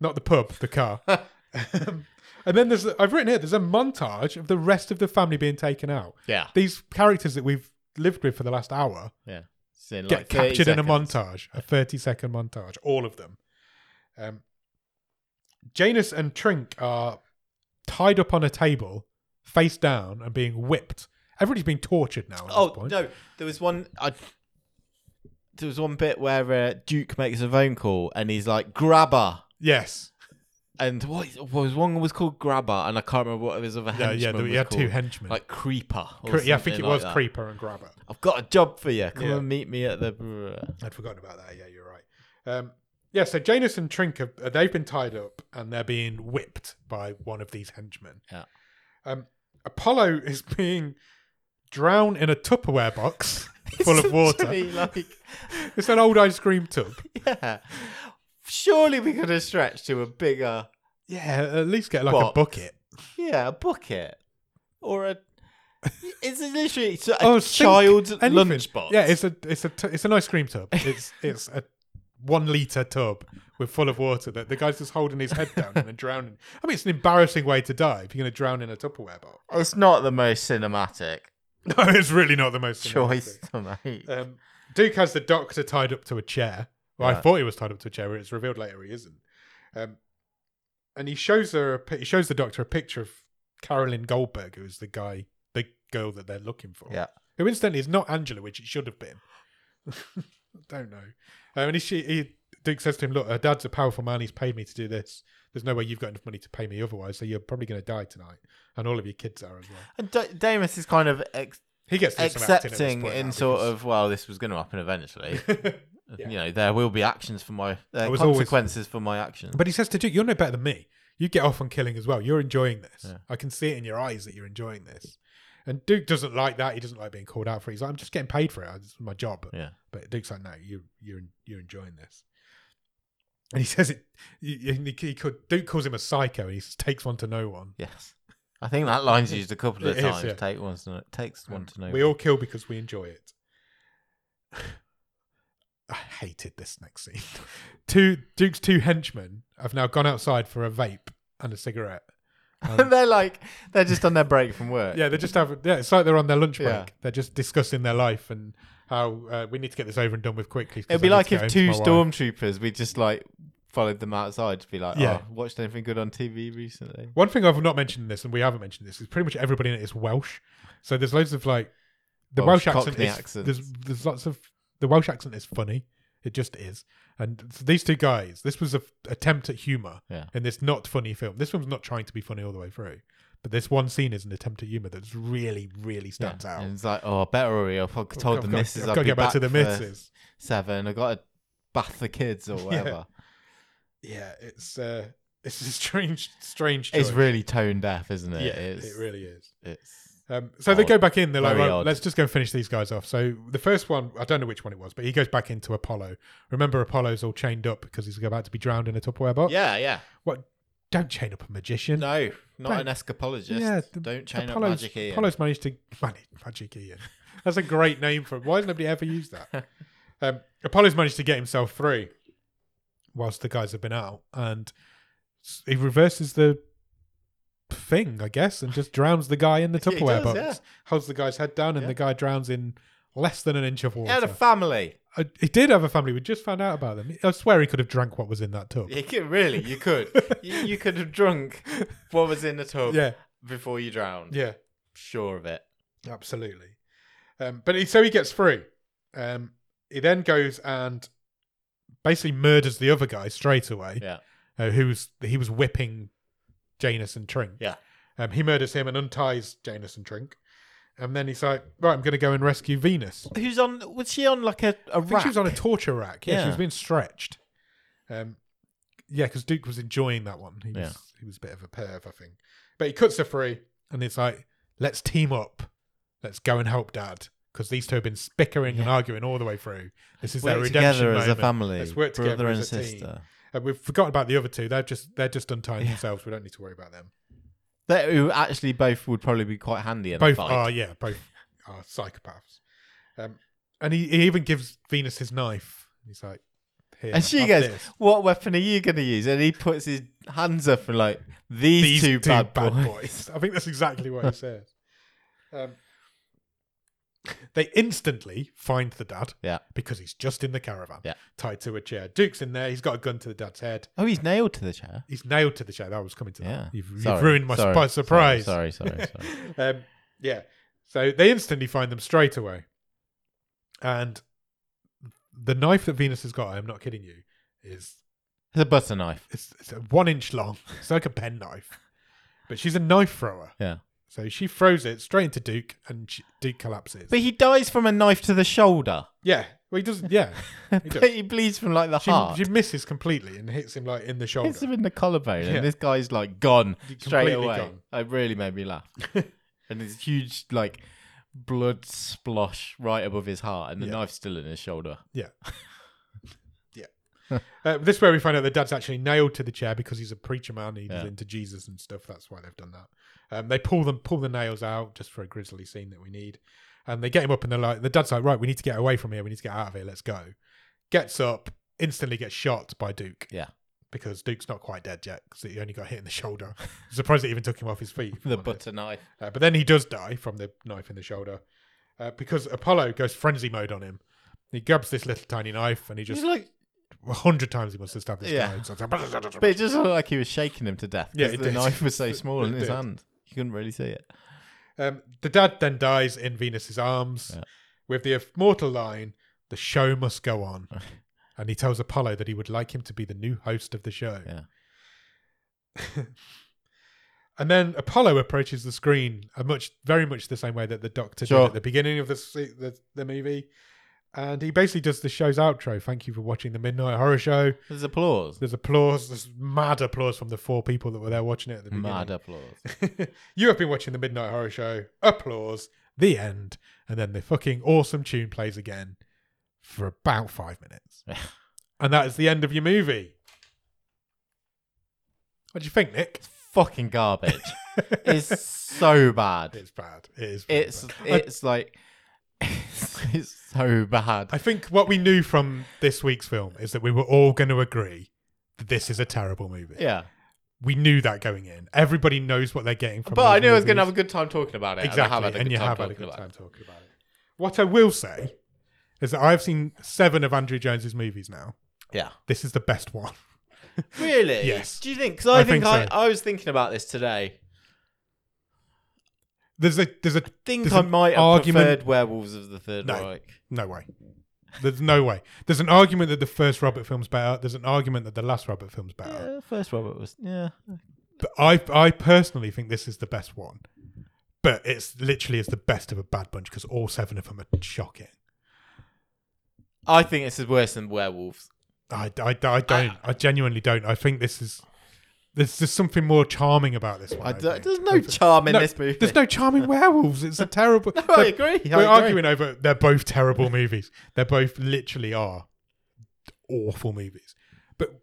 not the pub, the car. um, and then there's, I've written here, there's a montage of the rest of the family being taken out. Yeah, These characters that we've lived with for the last hour yeah. It's in, get like, 30 captured in a seconds. montage, a 30 second montage, all of them. Um, Janus and Trink are tied up on a table, face down, and being whipped. Everybody's being tortured now. At Oh this point. no, there was one. I, there was one bit where uh, Duke makes a phone call and he's like, "Grabber," Yes. and what, is- what was one was called Grabber, and I can't remember what his other Yeah, henchman yeah. was We had called. two henchmen. like Creeper. or Cre- yeah, I think it something was like that. Creeper and Grabber. I've got a job for you. Come Yeah. and meet me at the. I'd forgotten about that. Yeah, you're right. Um, yeah, so Janus and Trink, are, uh, they've been tied up and they're being whipped by one of these henchmen. Yeah. Um, Apollo is being drowned in a Tupperware box full of water. Essentially, like, It's an old ice cream tub. yeah. Surely we could have stretched to a bigger, Yeah, at least get like a Box. bucket. yeah, a bucket or a. It's literally so a Oh, sink, child's anything. lunchbox. Yeah, it's a it's a tu- it's an ice cream tub. It's it's a one liter tub with full of water that the guy's just holding his head down and then drowning. I mean, it's an embarrassing way to die if you're going to drown in a Tupperware box. It's not the most cinematic No, it's really not the most choice to make. cinematic. Um, Duke has the doctor tied up to a chair. Well, I Right. thought he was tied up to a chair, but it's revealed later he isn't. Um, and he shows her, a, pi- he shows the doctor a picture of Carolyn Goldberg, who is the guy, the girl that they're looking for. Yeah. Who incidentally is not Angela, which it should have been. Don't know. Um, and he, she, he, Duke says to him, "Look, her dad's a powerful man. He's paid me to do this. There's no way you've got enough money to pay me otherwise. So you're probably going to die tonight, and all of your kids are as well." And da- Damus is kind of ex- He gets to do some acting at this accepting point in now sort because- of, well, this was going to happen eventually. Yeah. You know, there will be actions for my uh, I was always- consequences for my actions. But he says to Duke, "You're no better than me. You get off on killing as well. You're enjoying this. Yeah. I can see it in your eyes that you're enjoying this." And Duke doesn't like that. He doesn't like being called out for it. He's like, "I'm just getting paid for it. It's my job." Yeah. But Duke's like, "No, you you're you're enjoying this." And he says it. He, he, he could, Duke calls him a psycho, and he says, takes one to no one. Yes, I think that line's used a couple of It is, times. yeah. Take one to know, takes one to know. We all kill because we enjoy it. I hated this next scene. two Duke's two henchmen have now gone outside for a vape and a cigarette. And they're like they're just on their break from work. Yeah, they just have. Yeah, it's like they're on their lunch break. Uh, Yeah. They're just discussing their life and how uh, we need to get this over and done with quickly. 'cause it'd be I need like to get if two home to my wife. stormtroopers we just like followed them outside to be like, Yeah. oh, watched anything good on TV recently? One thing I've not mentioned in this, and we haven't mentioned this, is pretty much everybody in it is Welsh. So there's loads of like the Welsh Welsh, accent. Oh, Cockney Is, accents. There's there's lots of the Welsh accent is funny. It just is. And so these two guys, this was a f- attempt at humor Yeah. in this not funny film. This one's not trying to be funny all the way through, but this one scene is an attempt at humor that's really, really stands out. And it's like, oh, I better hurry up. I told I've the got- missus I've I'd got be to get back, to the for missus. seven. I got to bath the kids or whatever. yeah, it's uh, it's a strange, strange. It's choice. really tone deaf, isn't it? yeah, it's, it really is. It's Um, so they Odd. go back in. They're like, Very well, odd. let's just go and finish these guys off. So the first one, I don't know which one it was, but he goes back into Apollo. Remember, Apollo's all chained up because he's about to be drowned in a Tupperware box. Yeah, yeah. What? Don't chain up a magician. No, not Right. an escapologist. Yeah, the- Don't chain up Apollo's, magic Ian. Apollo's managed to manage Magic Ian. That's a great name for him. Why has nobody ever used that? Um, Apollo's managed to get himself through whilst the guys have been out, and s- he reverses the thing, I guess, and just drowns the guy in the Yeah, he Tupperware does, box. yeah. Holds the guy's head down, and Yeah. the guy drowns in less than an inch of He water. had a family. I- he did have a family. We just found out about them. I swear he could have drank what was in that tub. You could, really, you could. you, you could have drunk what was in the tub Yeah, before you drowned. yeah. Sure of it. Absolutely. Um, but he, so he gets through. Um, he then goes and basically murders the other guy straight away. Yeah. Uh, who's he was whipping Janus and Trink. Yeah. Um, he murders him and unties Janus and Trink. And then he's like, right, I'm going to go and rescue Venus. Who's on? Was she on like a, a I think she was on a rack? torture rack. Yeah, she Yeah. was being stretched. Um, yeah, because Duke was enjoying that one. He was Yeah. he was a bit of a perv, I think. But he cuts her free, and it's like, let's team up, let's go and help Dad, because these two have been bickering and Yeah. arguing all the way through. This is their Work redemption together as a moment. family, Let's work brother together and as a team. sister. Uh, we've forgotten about the other two. They're just they're just untying Yeah. themselves. We don't need to worry about them. They, who actually both would probably be quite handy in a both fight. are yeah, both are psychopaths. Um, and he, he even gives Venus his knife. He's like, here, And she have goes, this. "What weapon are you going to use?" And he puts his hands up and like these, two, bad, boys. I think that's exactly what he says. Um, they instantly find the dad. Yeah. Because he's just in the caravan. Yeah. Tied to a chair. Duke's in there. He's got a gun to the dad's head. Oh, he's nailed to the chair. He's nailed to the chair. That was coming to that. Yeah, You've, you've Sorry, ruined my sorry, spy sorry, surprise. Sorry, sorry, sorry. um, yeah. So they instantly find them straight away. And the knife that Venus has got, I'm not kidding you, is it's a butter knife. it's, it's a one inch long. It's like a pen knife, but she's a knife thrower. Yeah. So she throws it straight into Duke, and she, Duke collapses. But he dies from a knife to the shoulder. yeah, well, he doesn't. Yeah, He but does. he bleeds from like the she, heart. she misses completely and hits him like in the shoulder. Hits him in the collarbone, Yeah. and this guy's like gone Completely straight away. gone. It really made me laugh. and this huge like blood splosh right above his heart, and the Yeah. knife's still in his shoulder. Yeah. yeah. Uh, this way we find out the dad's actually nailed to the chair because he's a preacher man. He's Yeah. into Jesus and stuff. That's why they've done that. Um, they pull them, pull the nails out just for a grisly scene that we need. And they get him up and they're like, the dad's like, right, we need to get away from here. We need to get out of here. Let's go. Gets up, instantly gets shot by Duke. Yeah. Because Duke's not quite dead yet because he only got hit in the shoulder. Surprised it even took him off his feet. if I'm The honest. butter knife. Uh, but then he does die from the knife in the shoulder uh, because Apollo goes frenzy mode on him. He grabs this little tiny knife and he Just just like, a hundred times he must have stabbed this Yeah. guy. It's like- but it just looked like he was shaking him to death. 'cause Yeah, it the did. knife was so small in It his did. hand, you couldn't really see it. Um, the dad then dies in Venus's arms Yeah. with the immortal line, "The show must go on," and he tells Apollo that he would like him to be the new host of the show. Yeah. and then Apollo approaches the screen, a much, very much the same way that the Doctor did Sure. at the beginning of the se- the, the movie. And he basically does the show's outro. Thank you for watching the Midnight Horror Show. There's applause, There's applause. There's mad applause from the four people that were there watching it at the beginning. mad applause. you have been watching the Midnight Horror Show. Applause. The end. And then the fucking awesome tune plays again for about five minutes. and that is the end of your movie. What do you think, Nick? Fucking garbage. it's so bad. It's bad. It is. very It's bad. I- it's like it's, it's so bad. I think what we knew from this week's film is that we were all going to agree that this is a terrible movie. yeah, We knew that going in. Everybody knows what they're getting from. but I those knew I was going to movies. have a good time talking about it. exactly, and, I have had a and good you time have had a talking good about time talking about it. What I will say is that I've seen seven of Andrew Jones's movies now. it. Yeah, This is the best one. really. Yes. Do you think? Because I, I think, think I, so. I was thinking about this today. There's a there's a Think There's I an might have argument- preferred Werewolves of the Third No. Reich. no way. There's no way. There's an argument that the first Robert film's better. There's an argument that the last Robert film's better. Yeah, first Robert was yeah. But I I personally think this is the best one. But it's literally it's the best of a bad bunch because all seven of them are shocking. I think this is worse than Werewolves. Ah. I, I, I don't. I, genuinely don't. I think this is There's just something more charming about this one. I I d- think. there's no charm in this movie. There's no charming werewolves. It's a terrible. I Look, agree. I We're agree. arguing over they're both terrible movies. They both literally are awful movies. But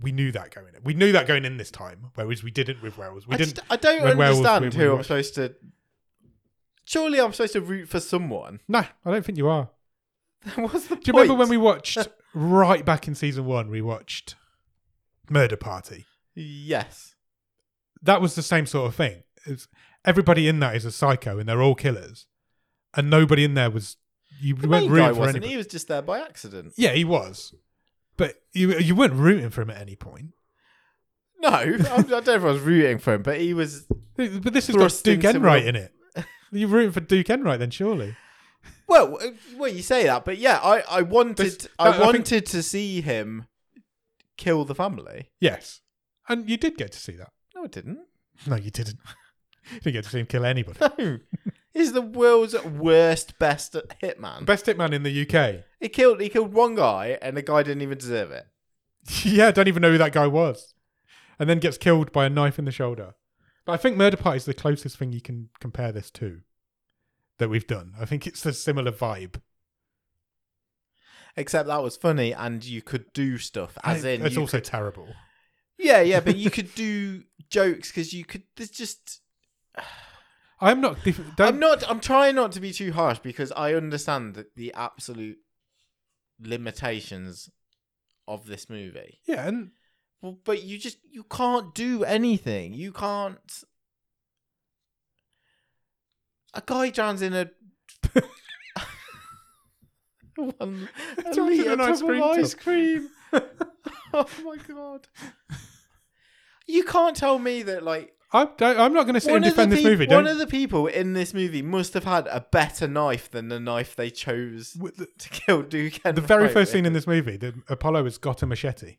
we knew that going in. We knew that going in this time, whereas we didn't with Wells. We I, didn't. just, I don't when werewolves understand we- who we I'm watch- supposed to. Surely I'm supposed to root for someone. No, I don't think you are. What's the Do you point? remember when we watched right back in season one? We watched Murder Party. Yes. That was the same sort of thing. It's, everybody in that is a psycho, and they're all killers, and nobody in there was. You The weren't main guy rooting for wasn't. anybody. He was just there by accident. Yeah, he was, but you you weren't rooting for him at any point. No, I'm- I don't know if I was rooting for him, but he was. But this has thrust got Duke into Enright a- in it. You're rooting for Duke Enright then, surely? Well, uh, well, you say that, but yeah, I, I wanted, This- I that- I think- wanted to see him kill the family. Yes. And you did get to see that. No, I didn't. No, you didn't. You didn't get to see him kill anybody. No, he's the world's worst, best hitman. Best hitman in the UK. He killed, he killed one guy, and the guy didn't even deserve it. yeah, don't even know who that guy was. And then gets killed by a knife in the shoulder. But I think Murder Party is the closest thing you can compare this to that we've done. I think it's a similar vibe. Except that was funny, and you could do stuff. As in, it's you also terrible. Yeah, yeah, but you could do jokes because you could. There's just. I'm not. Diff- don't, I'm not. I'm trying not to be too harsh because I understand that the absolute limitations of this movie. Yeah, and Well, but you just you can't do anything. You can't. A guy drowns in a. One, a Drowns in litre an tub ice of cream tub. ice cream. oh my god! You can't tell me that like I don't, I'm not going to sit and of the defend this peop- movie. One Don't, of the people in this movie must have had a better knife than the knife they chose with the, to kill Duke. the very first scene in this movie, the Apollo has got a machete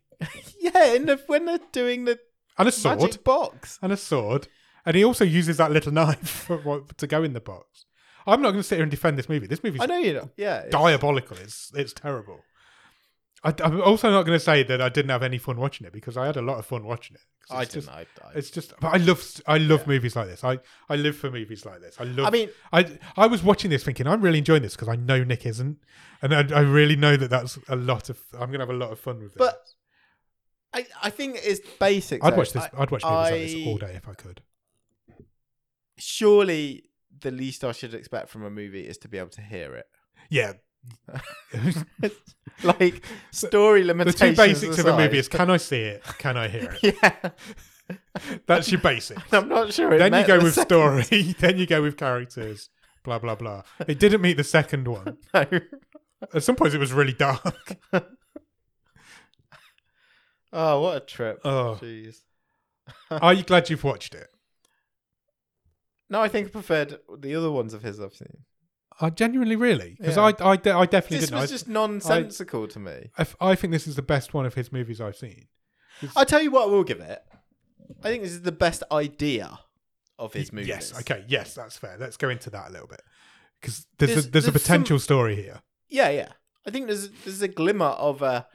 yeah, in the, when they're doing the and a sword magic box. and a sword, and he also uses that little knife for, what- to go in the box. I'm not going to sit here and defend this movie. This movie's I know you know. Yeah, it's- diabolical. It's it's terrible. I, am also not going to say that I didn't have any fun watching it because I had a lot of fun watching it. 'Cause I it's didn't. just- I, I, It's just but I love I love movies like this. I, I live for movies like this. I love. I mean, I I was watching this thinking I'm really enjoying this because I know Nick isn't, and I, I really know that that's a lot of. I'm gonna have a lot of fun with this. But I, I think it's basic. I'd though. watch this. I- I, would watch movies like this I- all day if I could. surely the least I should expect from a movie is to be able to hear it. Yeah. Like story the limitations. two basics of a movie is aside. can I see it? Can I hear it? yeah. That's your basics. I'm not sure. It then you met go the with second story. Then you go with characters. Blah blah blah. It didn't meet the second one. one. At some points, it was really dark. Oh, what a trip! Oh. Jeez. Are you glad you've watched it? No, I think I preferred the other ones of his I've seen. I genuinely really because Yeah. I, I de- I definitely This didn't. was I- just nonsensical to me. I, f- I think this is the best one of his movies I've seen. I tell you what, I will give it. I think this is the best idea of his Y- movies. Yes, okay, yes, that's fair. Let's go into that a little bit because there's There's- a, there's, a there's some- potential story here. Yeah, yeah. I think there's there's a glimmer of a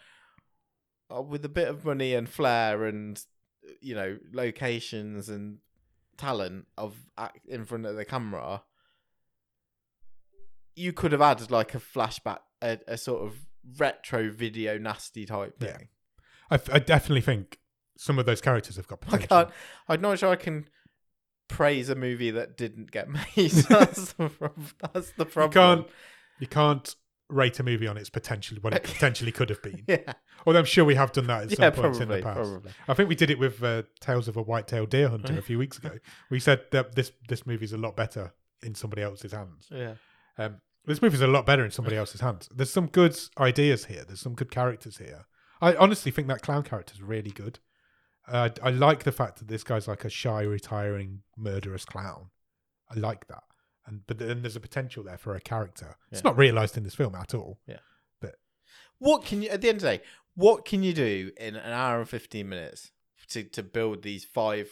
uh, with a bit of money and flair and you know locations and talent of act in front of the camera. You could have added like a flashback, a, a sort of retro video nasty type thing. Yeah. I, f- I definitely think some of those characters have got I potential. can't. I'm not sure I can praise a movie that didn't get made. that's, the prob- that's the You problem. can't you can't rate a movie on its potential what it potentially could have been. Yeah, Although I'm sure we have done that at some yeah, points probably, in the past. probably. I think we did it with uh, Tales of a White-tailed Deer Hunter a few weeks ago. We said that this this movie's a lot better in somebody else's hands. Yeah. Um, this movie's a lot better in somebody else's hands. There's some good ideas here. There's some good characters here. I honestly think that clown character's really good. Uh, I like the fact that this guy's like a shy, retiring, murderous clown. I like that. And but then there's a potential there for a character. It's Yeah. not realised in this film at all. What can you at the end of the day? What can you do in an hour and fifteen minutes to to build these five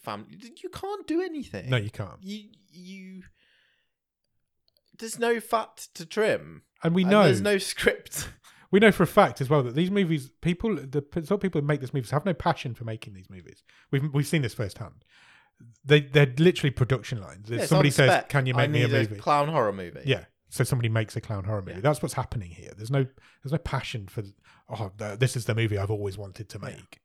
families? You can't do anything. No, you can't. you you. There's no fat to trim. And we and know there's no script. we know for a fact as well that these movies, people, the p- sort of people who make these movies have no passion for making these movies. We've we've seen this firsthand. They they're literally production lines. If Yeah, it's somebody on says, spec. "Can you I make me a need movie?" clown horror movie? yeah. So somebody makes a clown horror movie. Yeah. That's what's happening here. There's no there's no passion for oh th- this is the movie I've always wanted to Yeah. make.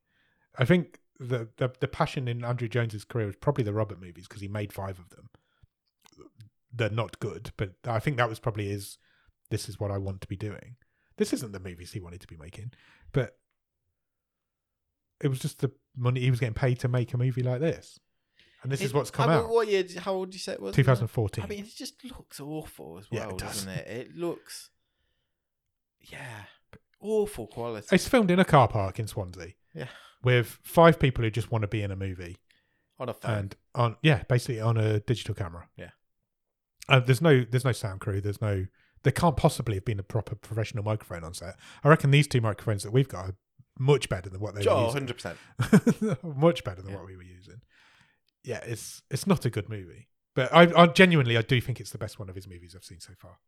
I think the, the the passion in Andrew Jones's career was probably the Robert movies because he made five of them. They're not good, but I think that was probably his. This is what I want to be doing. This isn't the movies he wanted to be making, but it was just the money he was getting paid to make a movie like this, and this is It- what's come I mean, out. What year? did- How old did you say it was? 2014. I mean, it just looks awful as Yeah, it well, does. doesn't it? It looks, yeah, awful quality. It's filmed in a car park in Swansea. Yeah. With five people who just want to be in a movie on a phone. and on yeah, basically on a digital camera. Yeah. Uh, there's no there's no sound crew, there's no there can't possibly have been a proper professional microphone on set. I reckon these two microphones that we've got are much better than what they Oh, were 100 percent. using. much better than Yeah. what we were using. Yeah, it's it's not a good movie. But I, I genuinely I do think it's the best one of his movies I've seen so far.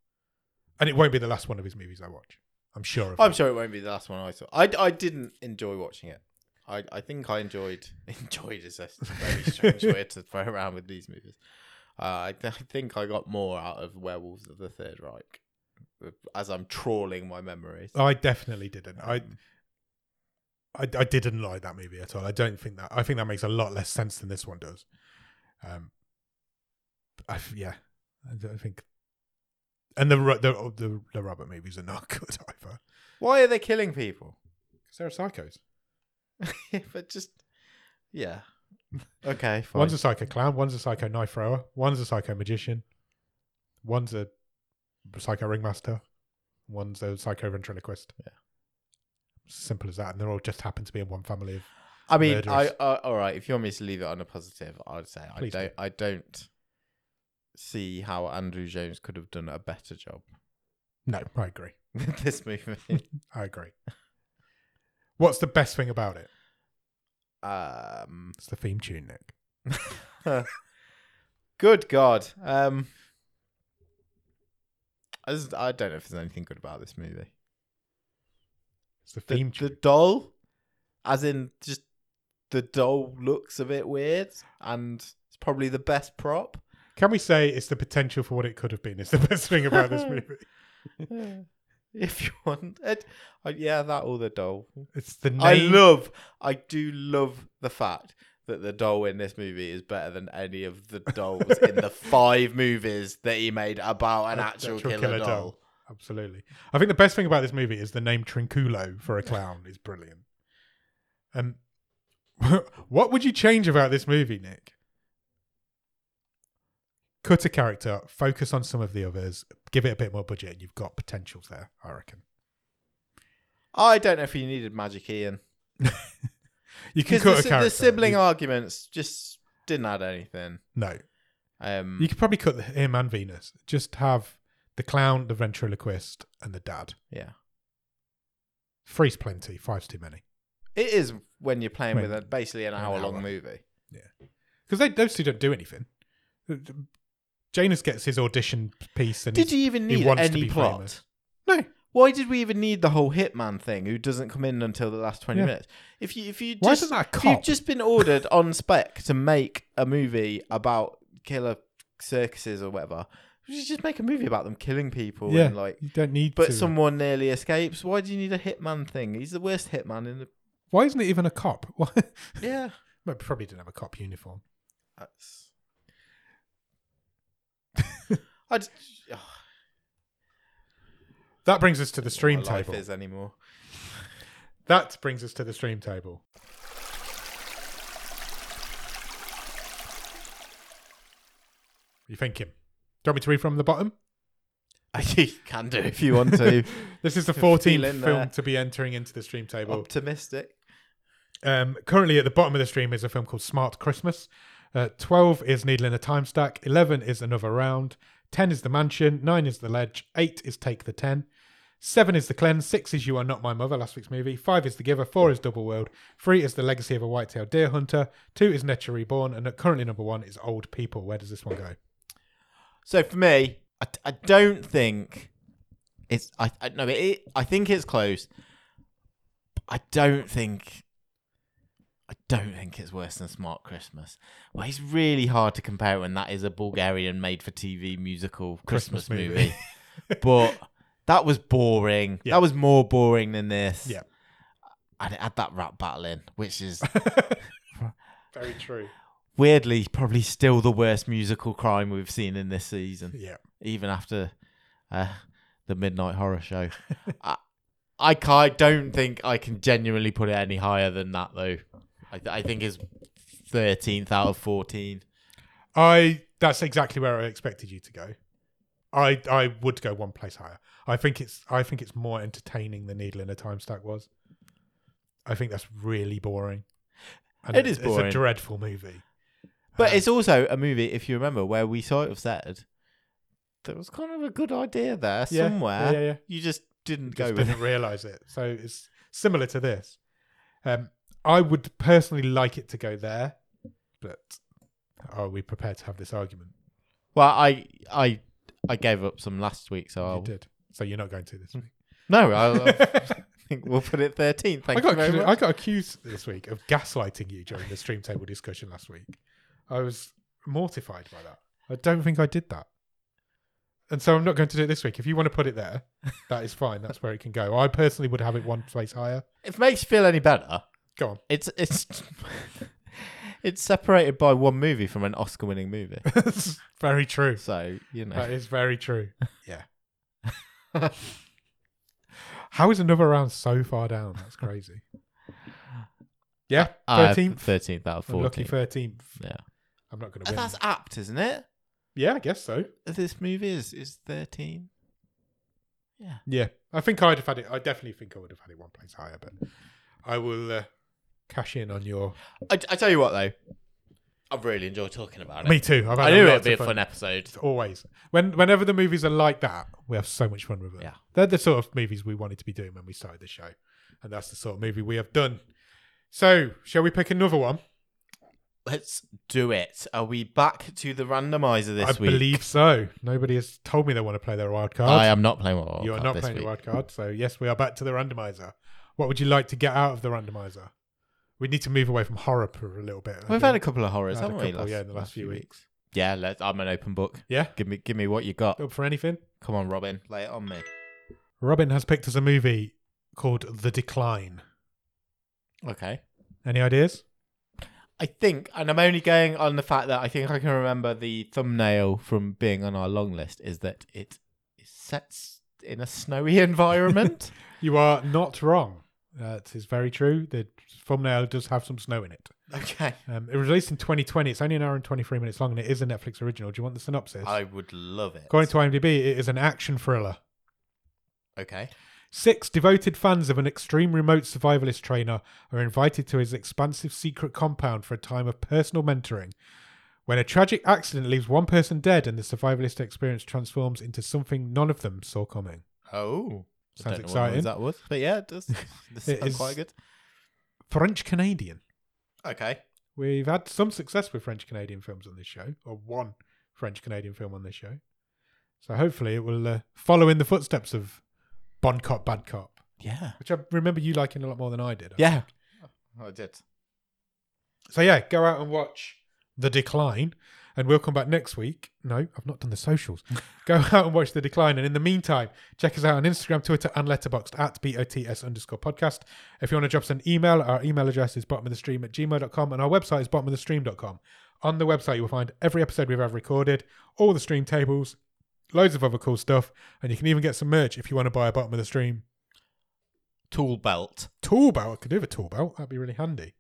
And it won't be the last one of his movies I watch. I'm sure of I'm that. sure it won't be the last one I saw. I, I didn't enjoy watching it. I, I think I enjoyed enjoyed is a very strange way to throw around with these movies. Uh, I, th- I think I got more out of Werewolves of the Third Reich uh, as I'm trawling my memories. I definitely didn't. Oh, I Um, I, I didn't like that movie at all. I don't think that. I think that makes a lot less sense than this one does. Um, I f yeah, I, don't think. And the Ro- the oh, the, the Robert movies are not good either why are they killing people? because they're psychos. but just yeah. Okay, fine. One's a psycho clown. One's a psycho knife thrower. One's a psycho magician. One's a psycho ringmaster. One's a psycho ventriloquist. Yeah. simple as that. And they all just happen to be in one family of I mean, I, murderous. I all right. If you want me to leave it on a positive, I'd say Please I do. don't. I don't see how Andrew Jones could have done a better job no. I agree. with this movie. I agree. What's the best thing about it? um, It's the theme tune, Nick. good God. Um, I, just, I don't know if there's anything good about this movie. It's the The, theme the tune. doll, as in just the doll looks a bit weird, and it's probably the best prop. Can we say it's the potential for what it could have been? Is the best thing about this movie. if you want it, I, yeah, that or the doll. It's the name. I love, I do love the fact that the doll in this movie is better than any of the dolls in the five movies that he made about an Uh, actual, actual killer, killer doll. doll. Absolutely. I think the best thing about this movie is the name Trinculo for a clown is brilliant. Um, what would you change about this movie, Nick? Cut a character, focus on some of the others, give it a bit more budget, and you've got potentials there. I reckon I don't know if you needed Magic Ian you can because cut the, a si- character. the sibling You- arguments just didn't add anything. no, Um, You could probably cut the, him and Venus. Just have the clown, the ventriloquist, and the dad. yeah, Three's plenty. Five's too many. it is when you're playing When- with a, basically an an hour-long hour. movie. Because those two don't do anything. Janus gets his audition piece, and Did he's- you even he need wants to any be plot? famous. no. Why did we even need the whole hitman thing? Who doesn't come in until the last twenty Yeah. minutes? If you if you Why just isn't that a if you've cop? just been ordered on spec to make a movie about killer circuses or whatever, you should just make a movie about them killing people Yeah. and like. You don't need. But to. someone nearly escapes. Why do you need a hitman thing? He's the worst hitman in the. Why isn't it even a cop? Why? Yeah. well, probably didn't have a cop uniform. That's. I just, oh, That brings us to the stream what life table. is anymore. That brings us to the stream table. What are you thinking? Do you want me to read from the bottom? you can do if you want to. This is the Feeling 14th there. film to be entering into the stream table. Optimistic. Um, currently, at the bottom of the stream is a film called Smart Christmas. Uh, 12 is Needle in a Time Stack. 11 is Another Round. 10 is The Mansion. 9 is The Ledge. 8 is Take the 10. 7 is The Cleanse. 6 is You Are Not My Mother, last week's movie. 5 is The Giver. 4 is Double World. 3 is The Legacy of a White-Tailed Deer Hunter. 2 is Nature Reborn. And at currently, number 1 is Old People. Where does this one go? So for me, I, I don't think It's I, I no, it, I think it's close. I don't think. I don't think it's worse than Smart Christmas. Well, it's really hard to compare when that is a Bulgarian made-for-TV musical Christmas, Christmas movie. movie. but that was boring. Yeah. That was more boring than this. Yeah. And it had that rap battle in, which is Very true. weirdly probably still the worst musical crime we've seen in this season, Yeah. even after uh, the Midnight Horror Show. I, I can't, don't think I can genuinely put it any higher than that, though. I, th- I think it's 13th out of 14. I that's exactly where I expected you to go. I I would go one place higher. I think it's I think it's more entertaining than Needle in a Time Stack was. I think that's really boring. And It is boring. It's a dreadful movie. But Um, it's also a movie, if you remember, where we sort of said there was kind of a good idea there yeah, somewhere. Yeah, yeah. You just didn't Just go with it. didn't realize it. So it's similar to this. Um, I would personally like it to go there, but are we prepared to have this argument? Well, I, I, I gave up some last week, so I'll, You did. So you're not going to this week. no, I'll, I think we'll put it 13th. Thank I got you very accu- much. I got accused this week of gaslighting you during the stream table discussion last week. I was mortified by that. I don't think I did that. And so I'm not going to do it this week. If you want to put it there, that is fine. That's where it can go. I personally would have it one place higher. If it makes you feel any better, Go on. it's it's it's separated by one movie from an Oscar-winning movie. That's very true. So you know, That is very true. Yeah. How is another round so far down? That's crazy. Yeah, thirteenth. thirteenth Uh, out of Lucky fourteen. thirteenth. Yeah, I'm not going to win. that's apt, isn't it? yeah, I guess so. This movie is is thirteen. Yeah, Yeah, I think I'd have had it. I definitely think I would have had it one place higher, but I will uh, cash in on your. I, I tell you what though, I've really enjoyed talking about it. Me too. I've had I knew lots it'd be a of fun, episode. Always, when whenever the movies are like that, we have so much fun with them. Yeah. they're the sort of movies we wanted to be doing when we started the show, and that's the sort of movie we have done. So, shall we pick another one? Let's do it. Are we back to the randomizer this I week? believe so. Nobody has told me they want to play their wild card. I am not playing Wild you are Card not this playing week. the wild card, so yes, we are back to the randomizer. What would you like to get out of the randomizer? We need to move away from horror for a little bit. I We've think. had a couple of horrors, Had a haven't we? couple, yeah, in the last few weeks. Yeah, let I'm an open book. Yeah. Give me, give me what you got. Up for anything? Come on, Robin, lay it on me. Robin has picked us a movie called The Decline. Okay. Any ideas? I think, and I'm only going on the fact that I think I can remember the thumbnail from being on our long list is that it is set in a snowy environment. You are not wrong. That is very true. The thumbnail does have some snow in it. okay. Um, it was released in 2020. It's only an hour and 23 minutes long, and it is a Netflix original. Do you want the synopsis? I would love it. According to IMDb, it is an action thriller. okay. Six devoted fans of an extreme remote survivalist trainer are invited to his expansive secret compound for a time of personal mentoring. When a tragic accident leaves one person dead and the survivalist experience transforms into something none of them saw coming. Oh. Sounds I don't know what noise exciting. That was, but yeah, it does. This It sounds is- quite good. French Canadian. Okay. We've had some success with French Canadian films on this show, or one French Canadian film on this show. So hopefully it will uh, follow in the footsteps of Bon Cop, Bad Cop, Yeah. which I remember you liking a lot more than I did. Yeah. Oh, I did. So yeah, go out and watch The Decline, and we'll come back next week. No, I've not done the socials. go out and watch The Decline, and in the meantime, check us out on Instagram, Twitter, and Letterboxd at bots underscore podcast. If you want to drop us an email, our email address is bottom of the stream at gmail.com, and our website is bottom of the stream.com. On the website, you will find every episode we've ever recorded, all the stream tables, loads of other cool stuff, and you can even get some merch if you want to buy a bottom of the stream Tool belt. tool belt. I could do with a tool belt. That'd be really handy.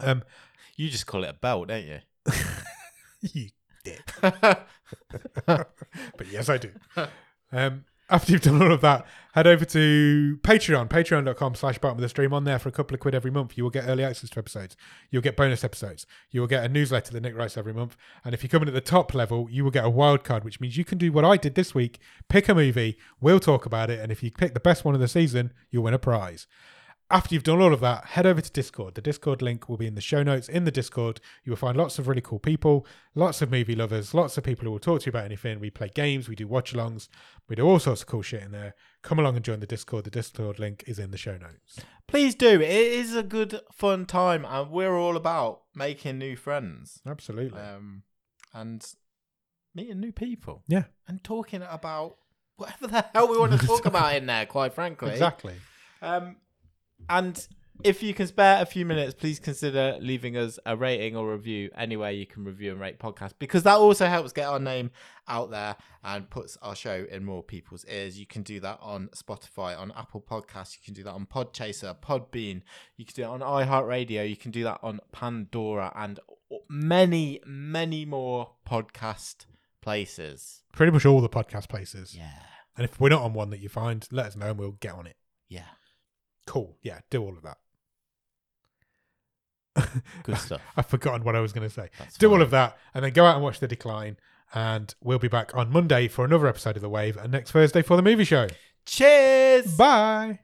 Um, You just call it a belt, don't you? you dick. but yes, I do. Um, after you've done all of that, head over to Patreon, patreon.com slash bottom of the stream. On there for a couple of quid every month, you will get early access to episodes. You'll get bonus episodes. You will get a newsletter that Nick writes every month. And if you come in at the top level, you will get a wild card, which means you can do what I did this week pick a movie, we'll talk about it. And if you pick the best one of the season, you'll win a prize. after you've done all of that, head over to Discord. The Discord link will be in the show notes. In the Discord, you will find lots of really cool people, lots of movie lovers, lots of people who will talk to you about anything. We play games, we do watch alongs, we do all sorts of cool shit in there. Come along and join the Discord. The Discord link is in the show notes. Please do. It is a good, fun time, and we're all about making new friends Absolutely. um, and meeting new people yeah, and talking about whatever the hell we want to talk about in there, quite frankly. exactly. Um, and if you can spare a few minutes, please consider leaving us a rating or review anywhere you can review and rate podcasts because that also helps get our name out there and puts our show in more people's ears. You can do that on Spotify, on Apple Podcasts, you can do that on Podchaser, Podbean, you can do it on iHeartRadio, you can do that on Pandora, and many, many more podcast places. Pretty much all the podcast places. Yeah, And if we're not on one that you find, let us know and we'll get on it. yeah, Cool. Yeah, do all of that. good stuff. I've forgotten what I was going to say. That's do fine. all of that and then go out and watch The Decline. And we'll be back on Monday for another episode of The Wave and next Thursday for the movie show. Cheers. Bye.